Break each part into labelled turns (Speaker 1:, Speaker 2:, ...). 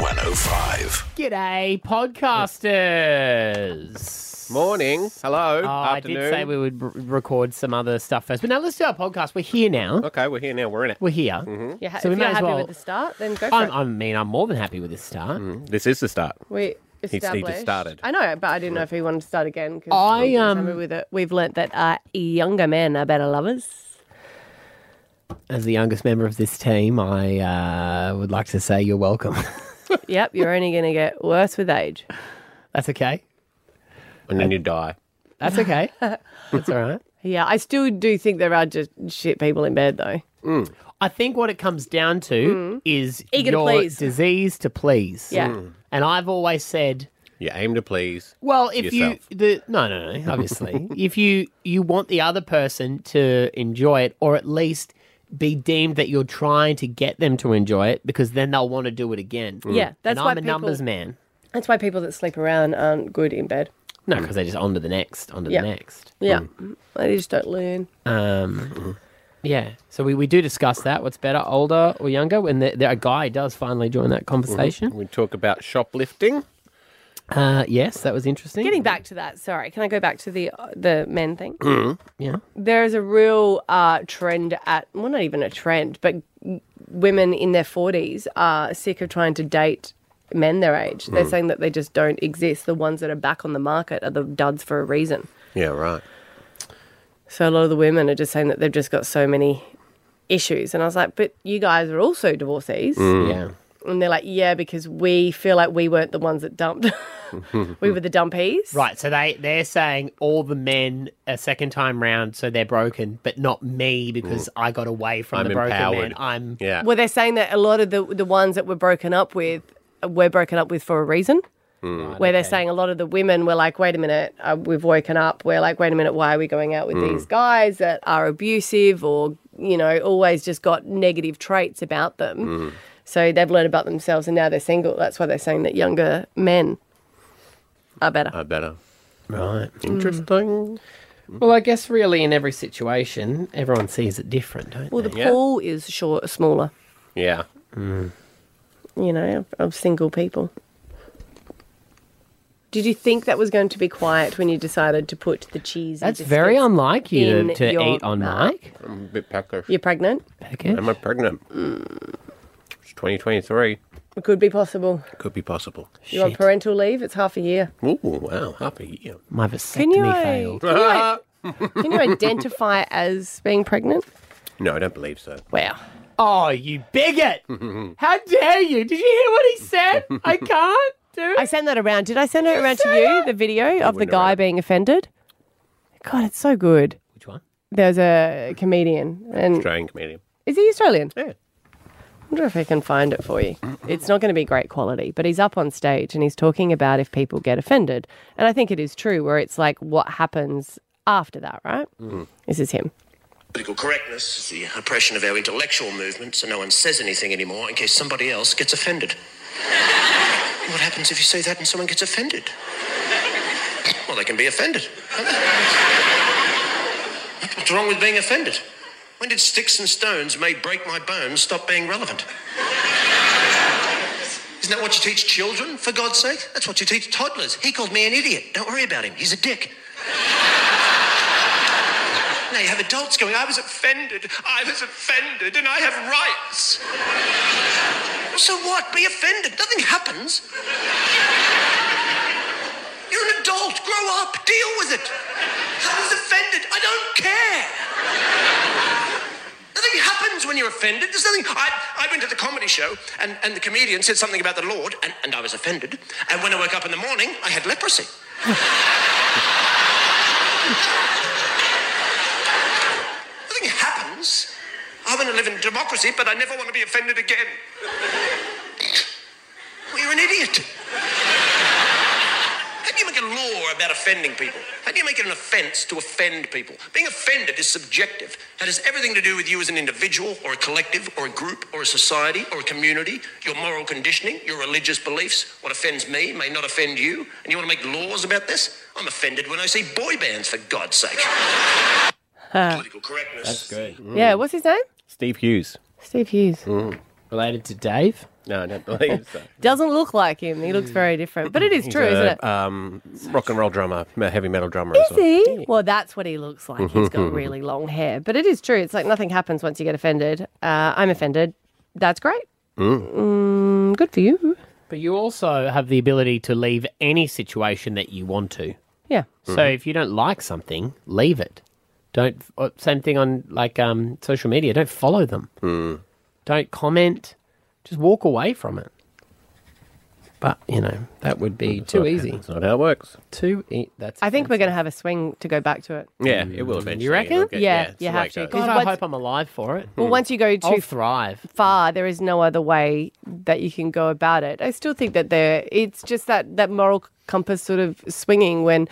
Speaker 1: 105.
Speaker 2: G'day, podcasters.
Speaker 3: Morning. Hello.
Speaker 2: Oh, I
Speaker 3: Afternoon.
Speaker 2: did say we would r- record some other stuff first, but now let's do our podcast. We're here now.
Speaker 3: Okay, we're here now. We're in it. Mm-hmm.
Speaker 2: We're here.
Speaker 4: Yeah,
Speaker 2: So we
Speaker 4: if
Speaker 2: may
Speaker 4: you're
Speaker 2: as
Speaker 4: happy
Speaker 2: well-
Speaker 4: with the start, then go for
Speaker 2: I'm,
Speaker 4: it.
Speaker 2: I mean, I'm more than happy with this start.
Speaker 3: Mm-hmm. This is the start.
Speaker 4: We
Speaker 3: he just
Speaker 4: established.
Speaker 3: started.
Speaker 4: I know, but I didn't know if he wanted to start again. 'cause
Speaker 2: I,
Speaker 4: he was
Speaker 2: um,
Speaker 4: happy with it. We've learnt that uh, younger men are better lovers.
Speaker 2: As the youngest member of this team, I uh, would like to say you're welcome.
Speaker 4: yep, you're only going to get worse with age.
Speaker 2: That's okay.
Speaker 3: And then you die.
Speaker 2: That's okay. That's all right.
Speaker 4: Yeah, I still do think there are just shit people in bed though.
Speaker 3: Mm.
Speaker 4: Mm.
Speaker 2: I think what it comes down to is
Speaker 4: Eager to
Speaker 2: your
Speaker 4: please.
Speaker 2: disease to please.
Speaker 4: Yeah. Mm.
Speaker 2: And I've always said,
Speaker 3: You aim to please.
Speaker 2: well, if
Speaker 3: Yourself.
Speaker 2: you the no no no, obviously, if you you want the other person to enjoy it or at least be deemed that you're trying to get them to enjoy it because then they'll want to do it again.
Speaker 4: Yeah, that's
Speaker 2: and
Speaker 4: why
Speaker 2: I'm a
Speaker 4: people-
Speaker 2: numbers man.
Speaker 4: That's why people that sleep around aren't good in bed.
Speaker 2: No, because they just on to the next, on to
Speaker 4: Mm. Yeah.
Speaker 2: the next. Hmm.
Speaker 4: Yeah, they just don't learn. Mm-hmm.
Speaker 2: Um, yeah. So we, we do discuss that. What's better, older or younger? When the, the, a guy does finally join that conversation.
Speaker 3: Mm-hmm. We talk about shoplifting.
Speaker 4: Mm-hmm.
Speaker 2: Uh, yes, that was interesting.
Speaker 4: Getting back to that, sorry, can I go back to the uh, the men thing? Mm-hmm.
Speaker 2: Yeah.
Speaker 4: there is a real uh, trend at well, not even a trend, but women in their forties are sick of trying to date men their age. They're saying that they just don't exist. The ones that are back on the market are the duds for a reason.
Speaker 3: Yeah, right.
Speaker 4: So a lot of the women are just saying that they've just got so many issues. And I was like, but you guys are also divorcees.
Speaker 2: Yeah.
Speaker 4: And they're like, yeah, because we feel like we weren't the ones that dumped.
Speaker 2: Hmm.
Speaker 4: we were the dumpies.
Speaker 2: Right, so they they're saying all the men a second time round, so they're broken, but not me because
Speaker 4: Mm.
Speaker 2: I got away from
Speaker 3: I'm
Speaker 2: the broken
Speaker 3: empowered.
Speaker 2: man. I'm
Speaker 3: Yeah.
Speaker 4: Well, they're saying that a lot of the the ones that were broken up with were broken up with for a reason.
Speaker 2: Hmm.
Speaker 4: Where they're saying a lot of the women were like, wait a minute, uh, we've woken up. We're like, wait a minute, why are we going out with these guys that are abusive or, you know, always just got negative traits about them?
Speaker 5: Hmm.
Speaker 4: So they've learned about themselves and now they're single. That's why they're saying that younger men are better.
Speaker 3: I better.
Speaker 2: right.
Speaker 3: Interesting.
Speaker 4: Hmm. Mm.
Speaker 2: Well, I guess really in every situation, everyone sees it different, don't
Speaker 4: well, the
Speaker 2: they?
Speaker 3: yeah.
Speaker 4: pool is short, smaller,
Speaker 3: Yeah.
Speaker 2: Mm.
Speaker 4: you know, of, of single people. Did you think that was going to be quiet when you decided to put the cheese?
Speaker 2: That's very unlike you
Speaker 4: in
Speaker 2: to, to
Speaker 4: your
Speaker 2: eat on
Speaker 4: mouth.
Speaker 2: mic.
Speaker 3: I'm a bit peckish.
Speaker 4: You're pregnant.
Speaker 2: Okay.
Speaker 3: Am I pregnant? It's 2023.
Speaker 4: It could be possible.
Speaker 3: Could be possible.
Speaker 4: You're on
Speaker 2: Shit.
Speaker 4: parental leave. It's half a year.
Speaker 3: Ooh, wow. Half a year.
Speaker 2: My vasectomy
Speaker 4: Can you, uh,
Speaker 2: failed.
Speaker 4: Can, you, i- can you identify as being pregnant?
Speaker 3: No, I don't believe so.
Speaker 4: Wow.
Speaker 2: Oh, you bigot! How dare you? Did you hear what he said? I can't do
Speaker 4: I sent that around. Did I send it around to you? The video of the
Speaker 3: went
Speaker 4: guy
Speaker 3: around.
Speaker 4: being offended. God, it's so good.
Speaker 2: Which one?
Speaker 4: There's a comedian, and
Speaker 3: Australian comedian.
Speaker 4: is he Australian?
Speaker 3: Yeah.
Speaker 4: I wonder if I can find it for you. It's not going to be great quality, but he's up on stage and he's talking about if people get offended. And I think it is true, where it's like what happens after that, right?
Speaker 3: Mm.
Speaker 4: This is him.
Speaker 6: political correctness, is the oppression of our intellectual movement, so no one says anything anymore in case somebody else gets offended. what happens if you say that and someone gets offended? Well, they can be offended. What's wrong with being offended? When did sticks and stones may break my bones stop being relevant? Isn't that what you teach children, for God's sake? That's what you teach toddlers. He called me an idiot. Don't worry about him. He's a dick. Now you have adults going, I was offended, I was offended, and I have rights. Well, so what? Be offended. Nothing happens. You're an adult. Grow up. Deal with it. I was offended. I don't care. Nothing happens when you're offended. There's nothing. I, I went to the comedy show, and, and the comedian said something about the Lord, and, and I was offended. And when I woke up in the morning, I had leprosy. Nothing happens. I want to live in democracy, but I never want to be offended again. well, you're an idiot. How do you make a law about offending people? How do you make it an offense to offend people? Being offended is subjective. That has everything to do with you as an individual or a collective or a group or a society or a community, your moral conditioning, your religious beliefs. What offends me may not offend you. And you want to make laws about this? I'm offended when I see boy bands, for God's sake. Political correctness.
Speaker 2: Good.
Speaker 4: Yeah, what's his name?
Speaker 3: Steve Hughes.
Speaker 4: Steve Hughes.
Speaker 2: Related to Dave?
Speaker 3: Hmm. No, I don't believe so.
Speaker 4: Doesn't look like him. He looks very different. But it is
Speaker 3: He's
Speaker 4: true,
Speaker 3: a,
Speaker 4: isn't it?
Speaker 3: Um, rock and roll drummer, a heavy metal drummer.
Speaker 4: Is he? Well, that's what he looks like. He's got really long hair. But it is true. It's like nothing happens once you get offended. Uh, I'm offended. That's great. Mm, good for you.
Speaker 2: But you also have the ability to leave any situation that you want to.
Speaker 4: Yeah.
Speaker 2: So if you don't like something, leave it. Don't. uh, Same thing on like um, social media. Don't follow them.
Speaker 3: Hmm.
Speaker 2: Don't comment. Just walk away from it. But you know that would be too easy.
Speaker 3: That's not how it works.
Speaker 2: Too. E- that's.
Speaker 4: I think we're going to have a swing to go back to it.
Speaker 3: Yeah, it will eventually.
Speaker 2: You reckon?
Speaker 3: It'll get-
Speaker 4: Yeah,
Speaker 3: it's
Speaker 4: you
Speaker 3: the
Speaker 4: have
Speaker 3: way it
Speaker 4: to,
Speaker 3: goes.
Speaker 4: because
Speaker 2: God, I
Speaker 4: what's-
Speaker 2: hope I'm alive for it.
Speaker 4: Well, once you go
Speaker 2: I'll
Speaker 4: too
Speaker 2: thrive.
Speaker 4: far, there is no other way that you can go about it. I still think that there, it's just that that moral compass sort of swinging when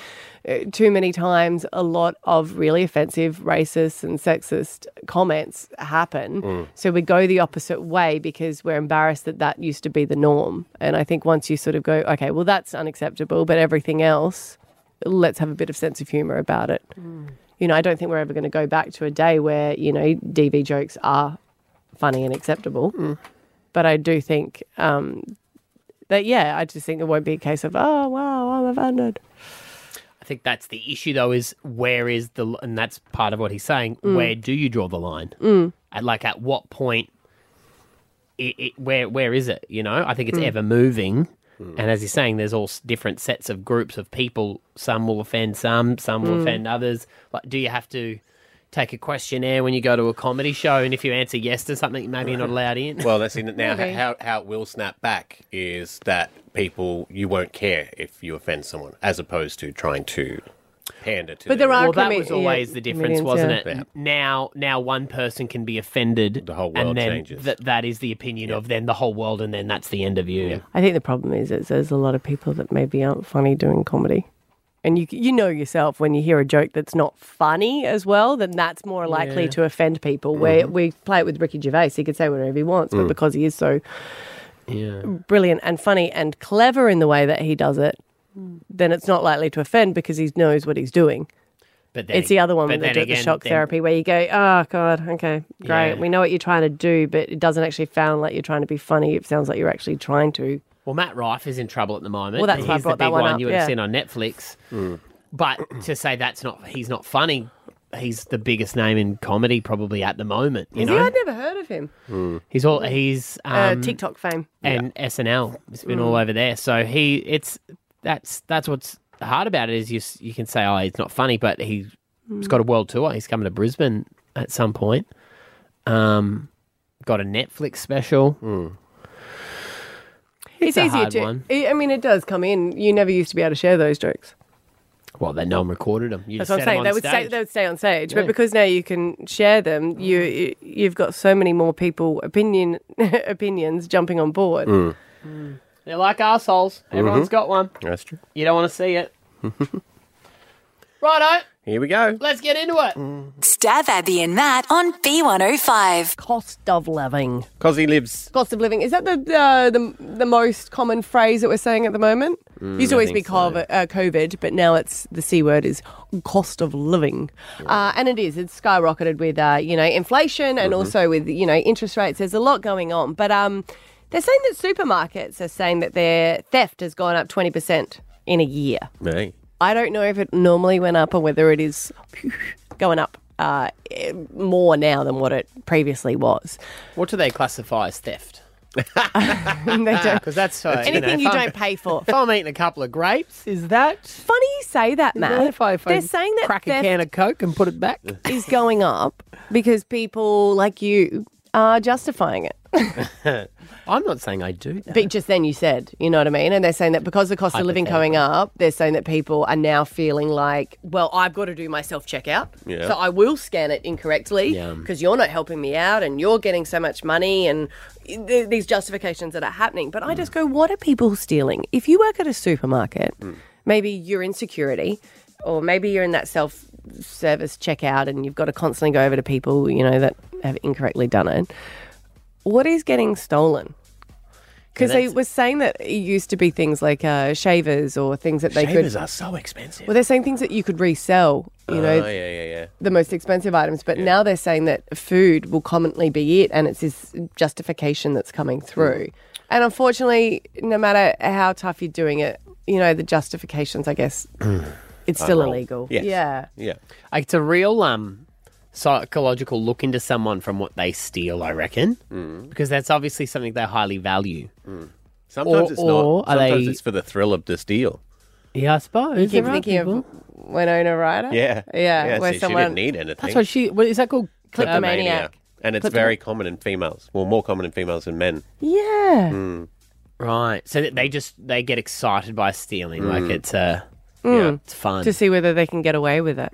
Speaker 4: uh, too many times a lot of really offensive, racist, and sexist comments happen. So we go the opposite way because we're embarrassed that that used to be the norm. And I think once you sort of go, okay, well that's unacceptable, but everything else, let's have a bit of sense of humor about it. You know, I don't think we're ever going to go back to a day where, you know, DV jokes are funny and acceptable. But I do think um, that, yeah, I just think there won't be a case of, oh, wow, I'm offended.
Speaker 2: I think that's the issue, though, is where is the, and that's part of what he's saying. Where do you draw the line? At like, at what point? It, it, where where is it? You know, I think it's ever moving.
Speaker 3: Mm.
Speaker 2: And as he's saying, there's all s- different sets of groups of people. Some will offend some, some will offend others. Like, do you have to take a questionnaire when you go to a comedy show? And if you answer yes to something, maybe you're not allowed in.
Speaker 3: Well, that's in it now.
Speaker 4: Maybe.
Speaker 3: How, how it will snap back is that people, you won't care if you offend someone, as opposed to trying to pander to.
Speaker 4: But
Speaker 3: them.
Speaker 4: there are
Speaker 2: Well, that
Speaker 4: comed-
Speaker 2: was always
Speaker 4: yeah,
Speaker 2: the difference,
Speaker 4: comedians,
Speaker 2: wasn't
Speaker 4: yeah.
Speaker 2: it? Now, now one person can be offended,
Speaker 3: The whole
Speaker 2: and
Speaker 3: world
Speaker 2: then
Speaker 3: changes.
Speaker 2: That that is the opinion of then the whole world, and then that's the end of you.
Speaker 4: I think the problem is, is there's a lot of people that maybe aren't funny doing comedy. And you, you know yourself when you hear a joke that's not funny as well, then that's more likely to offend people. Where we play it with Ricky Gervais, he could say whatever he wants, but because he is so
Speaker 2: Yeah,
Speaker 4: brilliant and funny and clever in the way that he does it, then it's not likely to offend because he knows what he's doing.
Speaker 2: but then
Speaker 4: it's the other one
Speaker 2: but
Speaker 4: with the,
Speaker 2: then
Speaker 4: the
Speaker 2: again,
Speaker 4: shock
Speaker 2: then-
Speaker 4: therapy where you go, oh god, okay, great.
Speaker 2: Yeah.
Speaker 4: We know what you're trying to do, but it doesn't actually sound like you're trying to be funny. It sounds like you're actually trying to.
Speaker 2: Well, Matt Rife is in trouble at the moment.
Speaker 4: Well, that's why I
Speaker 2: he's the
Speaker 4: brought that
Speaker 2: big
Speaker 4: one up,
Speaker 2: you would
Speaker 4: yeah.
Speaker 2: have seen on Netflix.
Speaker 3: Mm.
Speaker 2: But to say that's not he's not funny. He's the biggest name in comedy probably at the moment. You
Speaker 4: Is he?
Speaker 2: know,
Speaker 4: I'd never heard of him.
Speaker 2: he's all he's um,
Speaker 4: uh, TikTok fame. Mm.
Speaker 2: and SNL. It's been all over there. So he, it's that's that's what's hard about it is you s- you can say oh it's not funny, but he, he's got a world tour. He's coming to Brisbane at some point. Um, got a Netflix special.
Speaker 4: It's,
Speaker 2: a
Speaker 4: easier
Speaker 2: hard
Speaker 4: to.
Speaker 2: one.
Speaker 4: I I mean, it does come in. You never used to be able to share those jokes.
Speaker 2: Well, then no one recorded him. You
Speaker 4: That's what
Speaker 2: just
Speaker 4: I'm
Speaker 2: set 'em
Speaker 4: saying.
Speaker 2: on
Speaker 4: They would stay.
Speaker 2: stage.
Speaker 4: They would stay on stage,
Speaker 2: Yeah.
Speaker 4: but because now you can share them, you you've got so many more people opinion opinions jumping on board.
Speaker 2: Mm.
Speaker 4: Mm.
Speaker 2: They're like assholes. Everyone's got one.
Speaker 3: That's true.
Speaker 2: You don't want to see it. Righto,
Speaker 3: Here we go.
Speaker 2: let's get into it.
Speaker 1: Stab Abby and Matt on oh. B105.
Speaker 4: Cost of living.
Speaker 3: Because he lives.
Speaker 4: cost of living. Is that the uh, the the most common phrase that we're saying at the moment? used to always be
Speaker 3: Mm, think so.
Speaker 4: COVID, uh, COVID, but now it's the c word is cost of living, uh, and it is. It's skyrocketed with uh, you know inflation
Speaker 3: Mm-hmm.
Speaker 4: and also with you know interest rates. There's a lot going on, but um, they're saying that supermarkets are saying that their theft has gone up twenty percent in a year.
Speaker 3: Me.
Speaker 4: I don't know if it normally went up or whether it is going up. Uh, more now than what it previously was.
Speaker 2: What do they classify as theft?
Speaker 4: they don't,
Speaker 2: Because Ah, that's so,
Speaker 4: anything
Speaker 2: know,
Speaker 4: you
Speaker 2: if I'm-
Speaker 4: don't pay for.
Speaker 2: If I'm eating a couple of grapes, is that
Speaker 4: funny you say that, Matt.
Speaker 2: If I- if I
Speaker 4: They're saying that
Speaker 2: crack a
Speaker 4: theft
Speaker 2: can of Coke and put it back.
Speaker 4: is going up because people like you are justifying it.
Speaker 2: I'm not saying I do that.
Speaker 4: But just then you said, you know what I mean? And they're saying that because the cost of living going up, they're saying that people are now feeling like, well, I've got to do my self checkout.
Speaker 3: Yeah.
Speaker 4: So I will scan it incorrectly
Speaker 2: Yeah.
Speaker 4: because you're not helping me out and you're getting so much money and th- these justifications that are happening. But I
Speaker 1: Mm.
Speaker 4: just go, what are people stealing? If you work at a supermarket,
Speaker 2: Hmm.
Speaker 4: maybe you're in security or maybe you're in that self service checkout and you've got to constantly go over to people, you know, that have incorrectly done it. What is getting stolen? Because they
Speaker 2: that's-
Speaker 4: were saying that it used to be things like uh, shavers or things that they
Speaker 3: Papers
Speaker 4: could.
Speaker 3: are so expensive.
Speaker 4: Well, they're saying things that you could resell, you know,
Speaker 3: oh, yeah, yeah, yeah.
Speaker 4: the most expensive items. But now they're saying that food will commonly be it, and it's this justification that's coming through. And unfortunately, no matter how tough you're doing it, you know, the justifications, I guess, it's still illegal.
Speaker 3: Uh, Yes.
Speaker 4: Yeah.
Speaker 3: Yeah.
Speaker 2: Like, it's a real um psychological look into someone from what they steal, I reckon,
Speaker 3: Mm.
Speaker 2: because that's obviously something they highly value.
Speaker 3: Sometimes it's
Speaker 2: or
Speaker 3: not.
Speaker 2: are
Speaker 3: Sometimes
Speaker 2: they-
Speaker 3: it's for the thrill of this deal.
Speaker 2: Yeah, I suppose.
Speaker 4: Keep
Speaker 2: there are
Speaker 4: thinking
Speaker 2: people.
Speaker 4: of Winona Ryder.
Speaker 3: Yeah.
Speaker 4: Yeah.
Speaker 3: see,
Speaker 4: where
Speaker 3: she
Speaker 4: someone.
Speaker 3: didn't need anything.
Speaker 2: That's what she. What is that called?
Speaker 4: Kleptomania.
Speaker 2: Kleptomania.
Speaker 4: maniac.
Speaker 3: And it's very common in females. Well, more common in females than men. Hmm.
Speaker 4: yeah.
Speaker 2: Right. So that they just they get excited by stealing.
Speaker 3: Mm.
Speaker 2: Like it's uh, yeah, it's fun.
Speaker 4: Mm. To see whether they can get away with it.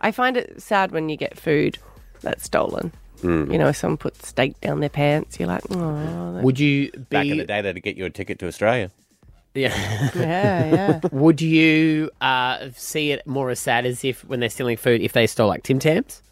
Speaker 4: I find it sad when you get food that's stolen. You know, if someone puts steak down their pants, you're like, oh,
Speaker 2: would you be?
Speaker 3: Back in the day, that'd get you a ticket to Australia.
Speaker 2: Yeah.
Speaker 4: yeah, yeah.
Speaker 2: would you uh, see it more as sad as if when they're stealing food, if they stole like Tim Tams?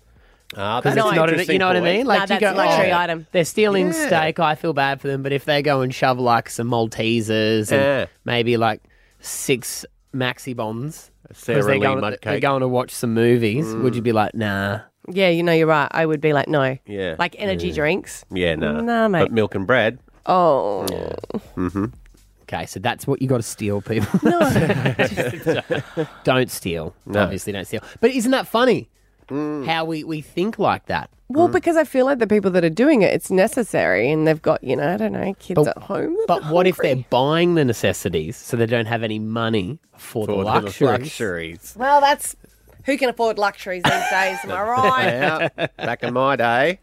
Speaker 3: Ah,
Speaker 2: Because it's not, an, you know what I mean?
Speaker 4: Nah,
Speaker 2: Like you
Speaker 4: that's
Speaker 2: go,
Speaker 4: a luxury
Speaker 2: oh,
Speaker 4: item.
Speaker 2: They're stealing
Speaker 3: Yeah.
Speaker 2: steak. I feel bad for them, but if they go and shove like some Maltesers
Speaker 3: Yeah.
Speaker 2: and maybe like six maxi bonds
Speaker 3: Sierra
Speaker 2: they're
Speaker 3: Lee
Speaker 2: going,
Speaker 3: mud
Speaker 2: they're
Speaker 3: cake. Mm.
Speaker 2: going to watch some movies, would you be like, nah?
Speaker 4: Yeah, you know, you're right. I would be like, no.
Speaker 3: Yeah.
Speaker 4: Like energy drinks.
Speaker 3: Yeah, no.
Speaker 4: Nah, mate.
Speaker 3: But milk and bread. Mm-hmm.
Speaker 4: Oh.
Speaker 2: Okay, so that's what you got to steal, people. don't steal. Obviously, don't steal. But isn't that funny?
Speaker 3: Mm.
Speaker 2: How we, we think like that.
Speaker 4: Well, because I feel like the people that are doing it, it's necessary and they've got, you know, I don't know, kids
Speaker 2: But-
Speaker 4: at home.
Speaker 2: But what if they're buying the necessities so they don't have any money for, the
Speaker 3: Or the
Speaker 2: luxuries?
Speaker 3: luxuries.
Speaker 4: Well, that's who can afford luxuries these days, am I right?
Speaker 3: Yeah. Back in my day,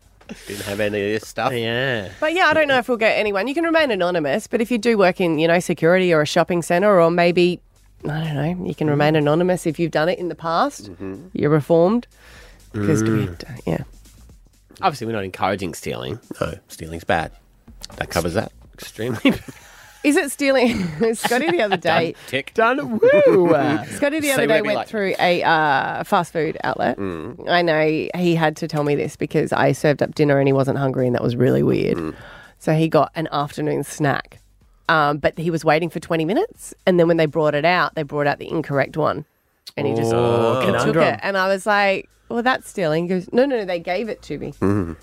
Speaker 3: didn't have any of this stuff.
Speaker 2: Yeah.
Speaker 4: But yeah, I don't know if we'll get anyone. You can remain anonymous, but if you do work in, you know, security or a shopping center or maybe I don't know, you can
Speaker 3: Mm.
Speaker 4: remain anonymous if you've done it in the past.
Speaker 3: Mm-hmm.
Speaker 4: You're reformed. Because do
Speaker 3: Mm.
Speaker 4: we, d- yeah.
Speaker 2: Obviously, we're not encouraging stealing.
Speaker 3: No, stealing's bad. That covers that.
Speaker 2: Extremely
Speaker 4: Is it stealing? Scotty the other day.
Speaker 3: Tick.
Speaker 2: done. Woo!
Speaker 4: Scotty the other
Speaker 3: what
Speaker 4: day
Speaker 3: it'd be
Speaker 4: went
Speaker 3: like.
Speaker 4: through a uh, fast food outlet. I know he had to tell me this because I served up dinner and he wasn't hungry, and that was really weird. So he got an afternoon snack, um, but he was waiting for 20 minutes. And then when they brought it out, they brought out the incorrect one. And he just he took
Speaker 2: conundrum.
Speaker 4: it. And I was like, well, that's stealing. He goes, no, no, no, they gave it to me.
Speaker 2: Mm-hmm.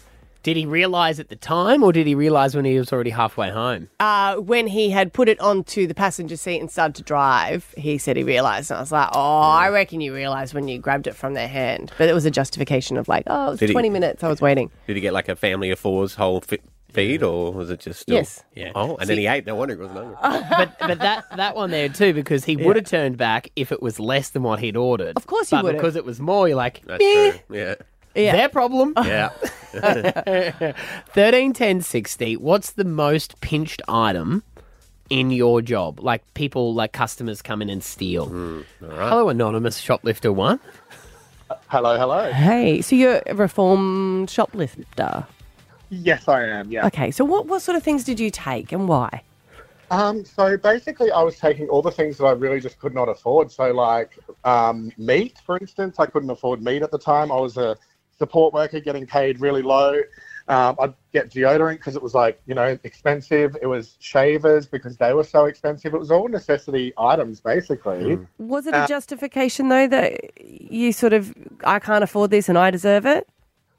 Speaker 2: did he realize at the time, or did he realize when he was already halfway home?
Speaker 4: Uh, when he had put it onto the passenger seat and started to drive, he said he realised. And I was like, oh, I reckon you realised when you grabbed it from their hand. But it was a justification of like, oh, it was
Speaker 3: Did he-
Speaker 4: 20 minutes. I was waiting.
Speaker 3: Did he get like a family of four's whole fi- feed, or was it just still?
Speaker 4: Yes. Uh,
Speaker 2: Yeah.
Speaker 3: Oh, and then he ate. No wonder he wasn't hungry.
Speaker 2: but but that that one there too, because he would have turned back if it was less than what he'd ordered. Of
Speaker 4: course he
Speaker 2: but
Speaker 4: would've.
Speaker 2: because it was more. You're like,
Speaker 3: That's
Speaker 2: "Eh,
Speaker 3: true. Yeah.
Speaker 2: their problem.
Speaker 4: Uh.
Speaker 3: Yeah.
Speaker 2: Thirteen, ten, sixty. What's the most pinched item in your job? Like people, like customers come in and steal.
Speaker 3: Mm,
Speaker 2: Hello, anonymous shoplifter one.
Speaker 7: Hello, hello.
Speaker 4: Hey, so you're a reformed shoplifter.
Speaker 7: Yes, I am. Yeah.
Speaker 4: Okay, so what, what sort of things did you take and why?
Speaker 7: Um, so basically, I was taking all the things that I really just could not afford. So, like um, meat, for instance, I couldn't afford meat at the time. I was a support worker getting paid really low. Um, I'd get deodorant because it was like, you know, expensive. It was shavers because they were so expensive. It was all necessity items, basically. Uh,
Speaker 4: Was it a justification, though, that you sort of, I can't afford this and I deserve it?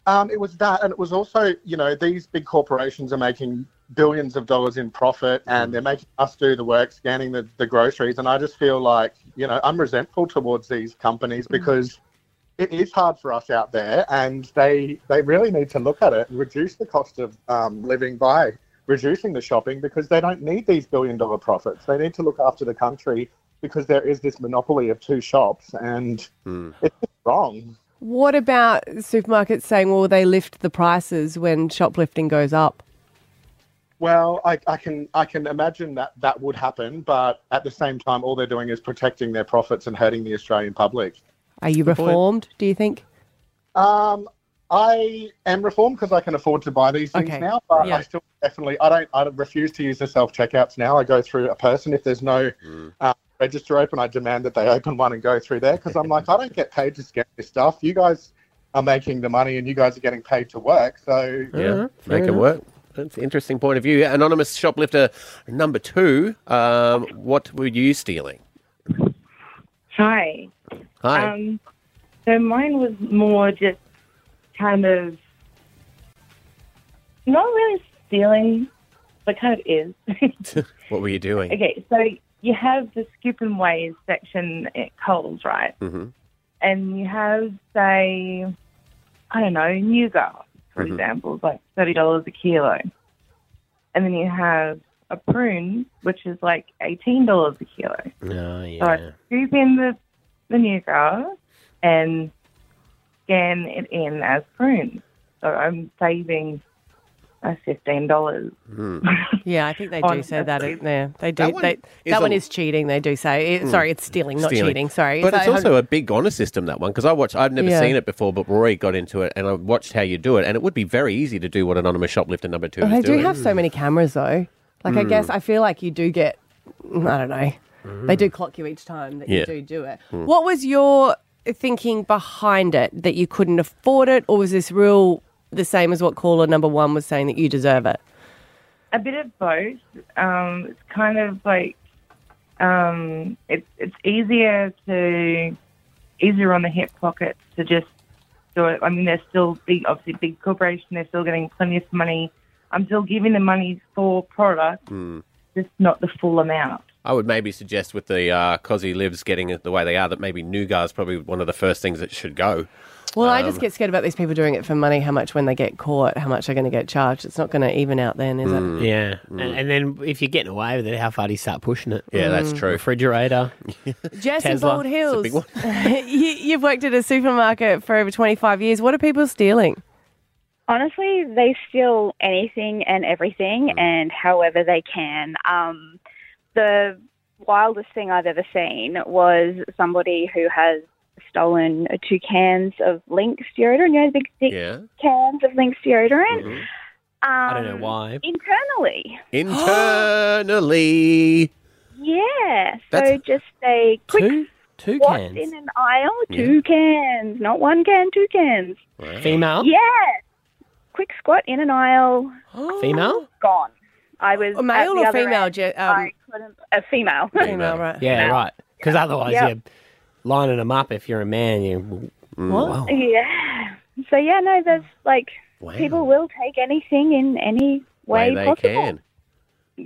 Speaker 7: Um, it was that, and it was also, you know, these big corporations are making billions of dollars in profit, and they're making us do the work, scanning the, the groceries. And I just feel like, you know, I'm resentful towards these companies because it is hard for us out there, and they they really need to look at it and reduce the cost of um, living by reducing the shopping because they don't need these billion dollar profits. They need to look after the country because there is this monopoly of two shops, and it's wrong.
Speaker 4: What about supermarkets saying, well, they lift the prices when shoplifting goes up?
Speaker 7: Well, I, I can I can imagine that that would happen, but at the same time, all they're doing is protecting their profits and hurting the Australian public.
Speaker 4: Are you reformed, do you think?
Speaker 7: Um, I am reformed because I can afford to buy these things
Speaker 4: Okay.
Speaker 7: now, but
Speaker 4: Yeah.
Speaker 7: I still definitely I don't I refuse to use the self checkouts now. I go through a person if there's no
Speaker 3: Mm.
Speaker 7: uh, register open. I demand that they open one and go through there because I'm like I don't get paid to scan this stuff. You guys are making the money and you guys are getting paid to work, so
Speaker 3: Yeah. Make it work. That's an interesting point of view. Anonymous shoplifter number two. Um, what were you stealing?
Speaker 8: Hi.
Speaker 3: Hi.
Speaker 8: Um, so mine was more just kind of not really stealing, But kind of is.
Speaker 3: What were you doing?
Speaker 8: okay, so you have the skip and ways section at Coles, right?
Speaker 3: Mhm.
Speaker 8: And you have, say, I don't know, New Girl, for example, is like $30 a kilo. And then you have a prune, which is like $18 a kilo.
Speaker 4: Ah,
Speaker 2: Oh, yeah.
Speaker 8: So I scoop in the, the new girl and scan it in as prunes. So I'm saving uh, $15.
Speaker 4: Yeah, I think they
Speaker 8: On
Speaker 4: do say that in there. They do. That
Speaker 3: That one
Speaker 4: one,
Speaker 3: is
Speaker 4: they, that
Speaker 3: a- Hmm.
Speaker 4: one is cheating. They do say. It, Sorry, it's stealing, not
Speaker 3: stealing.
Speaker 4: cheating. Sorry,
Speaker 3: But it's
Speaker 4: like-
Speaker 3: also a big honor system that one because I watched. I've never
Speaker 4: Yeah.
Speaker 3: seen it before, but Rory got into it, and I watched how you do it, and it would be very easy to do what anonymous shoplifter number two
Speaker 4: But
Speaker 3: is
Speaker 4: they do
Speaker 3: doing.
Speaker 4: have so many cameras though. Like
Speaker 3: Hmm.
Speaker 4: I guess I feel like you do get. mm, I don't know. They do clock you each time that
Speaker 3: Yeah. Hmm.
Speaker 4: you do do it. What was your thinking behind it? That you couldn't afford it, or was this real the same as what caller number one was saying that you deserve it?
Speaker 8: A bit of both. Um, it's kind of like um, it's it's easier to easier on the hip pocket to just do it. I mean, they're still big, obviously big corporation. They're still getting plenty of money. I'm still giving them money for product,
Speaker 3: Hmm.
Speaker 8: just not the full amount.
Speaker 3: I would maybe suggest with the uh, Cosy lives getting it the way they are that maybe Nougat's probably one of the first things that should go.
Speaker 4: Well, I
Speaker 3: Um,
Speaker 4: just get scared about these people doing it for money. How much when they get caught? How much they're going to get charged? It's not going to even out then, is
Speaker 3: hmm.
Speaker 4: it?
Speaker 3: Mm.
Speaker 2: Yeah. And, and then if you're getting away with it, how far do you start pushing it?
Speaker 3: Yeah, that's true.
Speaker 2: Refrigerator.
Speaker 4: Jess in
Speaker 2: Tesla.
Speaker 4: Bald
Speaker 2: It's
Speaker 4: Hills,
Speaker 3: big one.
Speaker 4: you, you've worked at a supermarket for over twenty five years. What are people stealing?
Speaker 9: Honestly, they steal anything and everything,
Speaker 2: Mm.
Speaker 9: and however they can. Um, the wildest thing I've ever seen was somebody who has stolen two cans of Lynx deodorant. You know, the big thick
Speaker 3: Yeah,
Speaker 9: cans of Lynx deodorant. Um,
Speaker 2: Mm. I don't know why.
Speaker 9: Internally,
Speaker 3: internally.
Speaker 9: yeah. so
Speaker 3: That's-
Speaker 9: just a quick
Speaker 2: Two? Two
Speaker 9: squat
Speaker 2: cans.
Speaker 9: in an aisle, two cans, not one can, two cans.
Speaker 2: Female?
Speaker 9: Yeah, quick squat in an aisle,
Speaker 2: Female?
Speaker 9: gone. I was
Speaker 4: A male
Speaker 9: at the
Speaker 4: or
Speaker 9: other
Speaker 4: female,
Speaker 9: end.
Speaker 4: Je- um,
Speaker 9: I couldn't. A female.
Speaker 4: Female, right?
Speaker 2: Yeah, right. Because otherwise,
Speaker 9: Yep.
Speaker 2: you're lining them up. If you're a man, you.
Speaker 3: Mm.
Speaker 4: What?
Speaker 2: Mm, Wow.
Speaker 9: yeah. So yeah, no, there's like people will take anything in any way,
Speaker 3: Way they
Speaker 9: possible.
Speaker 3: can.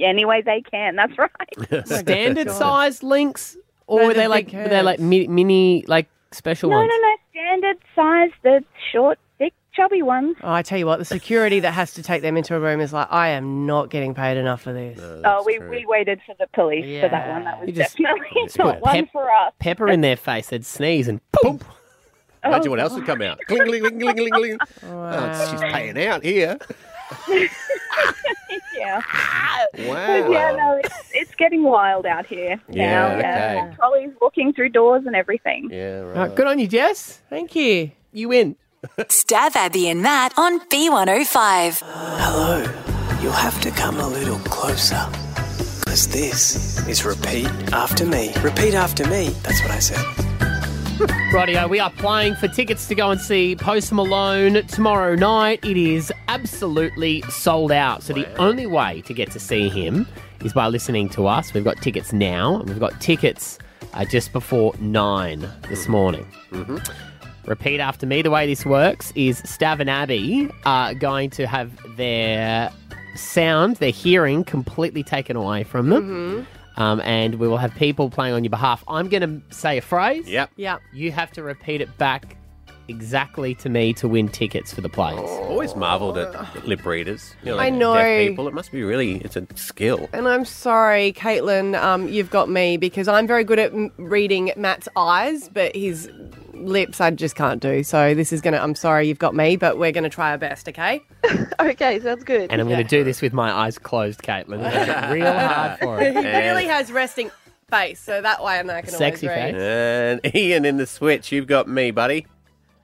Speaker 9: Any way they can. That's right.
Speaker 2: Standard sized links? Or
Speaker 4: No,
Speaker 2: were
Speaker 4: they're
Speaker 2: they
Speaker 4: big
Speaker 2: like, were they like
Speaker 4: cans.
Speaker 2: mini, mini like special
Speaker 9: no, no,
Speaker 2: ones?
Speaker 9: no. Standard size, the short, thick, chubby ones.
Speaker 4: Oh, I tell you what, the security that has to take them into a room is like, I am not getting paid enough for this.
Speaker 9: oh, we, we waited for the police for that one. That
Speaker 4: Yeah.
Speaker 9: was
Speaker 2: You just-
Speaker 9: definitely
Speaker 2: just
Speaker 9: not
Speaker 2: put
Speaker 9: one
Speaker 2: pep-
Speaker 9: for us.
Speaker 2: Pepper in their face, they'd sneeze and boom.
Speaker 3: Imagine what else would come out. Gling, gling, gling, gling, gling, gling. Oh, she's paying out here.
Speaker 9: Yeah.
Speaker 3: Wow.
Speaker 9: Yeah, no, it's, it's getting wild out here.
Speaker 3: Yeah,
Speaker 9: now.
Speaker 3: okay.
Speaker 9: Trolley's walking through doors and everything.
Speaker 3: Yeah,
Speaker 2: All
Speaker 3: right.
Speaker 2: right, good on you, Jess.
Speaker 4: Thank you.
Speaker 2: You win.
Speaker 1: Stab Abby and Matt on B105.
Speaker 5: You'll have to come a little closer. Because this is repeat after me. Repeat after me. That's what I said.
Speaker 2: Rightio, we are playing for tickets to go and see Post Malone tomorrow night. It is absolutely sold out. So the only way to get to see him is by listening to us. We've got tickets now, and we've got tickets uh, just before nine this morning. Repeat after me. The way this works is Stav and Abby are going to have their sound, their hearing, completely taken away from them.
Speaker 10: Oh.
Speaker 4: Mm.
Speaker 2: Um, and we will have people playing on your behalf. I'm going to say a phrase.
Speaker 3: Yep.
Speaker 4: Yeah.
Speaker 2: You have to repeat it back exactly to me to win tickets for the players.
Speaker 3: Always marvelled at lip readers. You know,
Speaker 4: I
Speaker 3: like
Speaker 4: know.
Speaker 3: Deaf people. It must be really. It's a skill.
Speaker 4: And I'm sorry, Caitlin, um, you've got me because I'm very good at m- reading Matt's eyes, but his lips I just can't do. So this is going to, I'm sorry, you've got me, but we're going to try our best, okay?
Speaker 10: Okay, sounds good.
Speaker 2: And I'm going to do this with my eyes closed, Caitlin. Make it real hard for
Speaker 4: He
Speaker 2: it.
Speaker 4: really has resting face, so that way I'm not going to
Speaker 2: Sexy
Speaker 4: always read.
Speaker 2: face.
Speaker 3: And Ian in the switch. You've got me, buddy.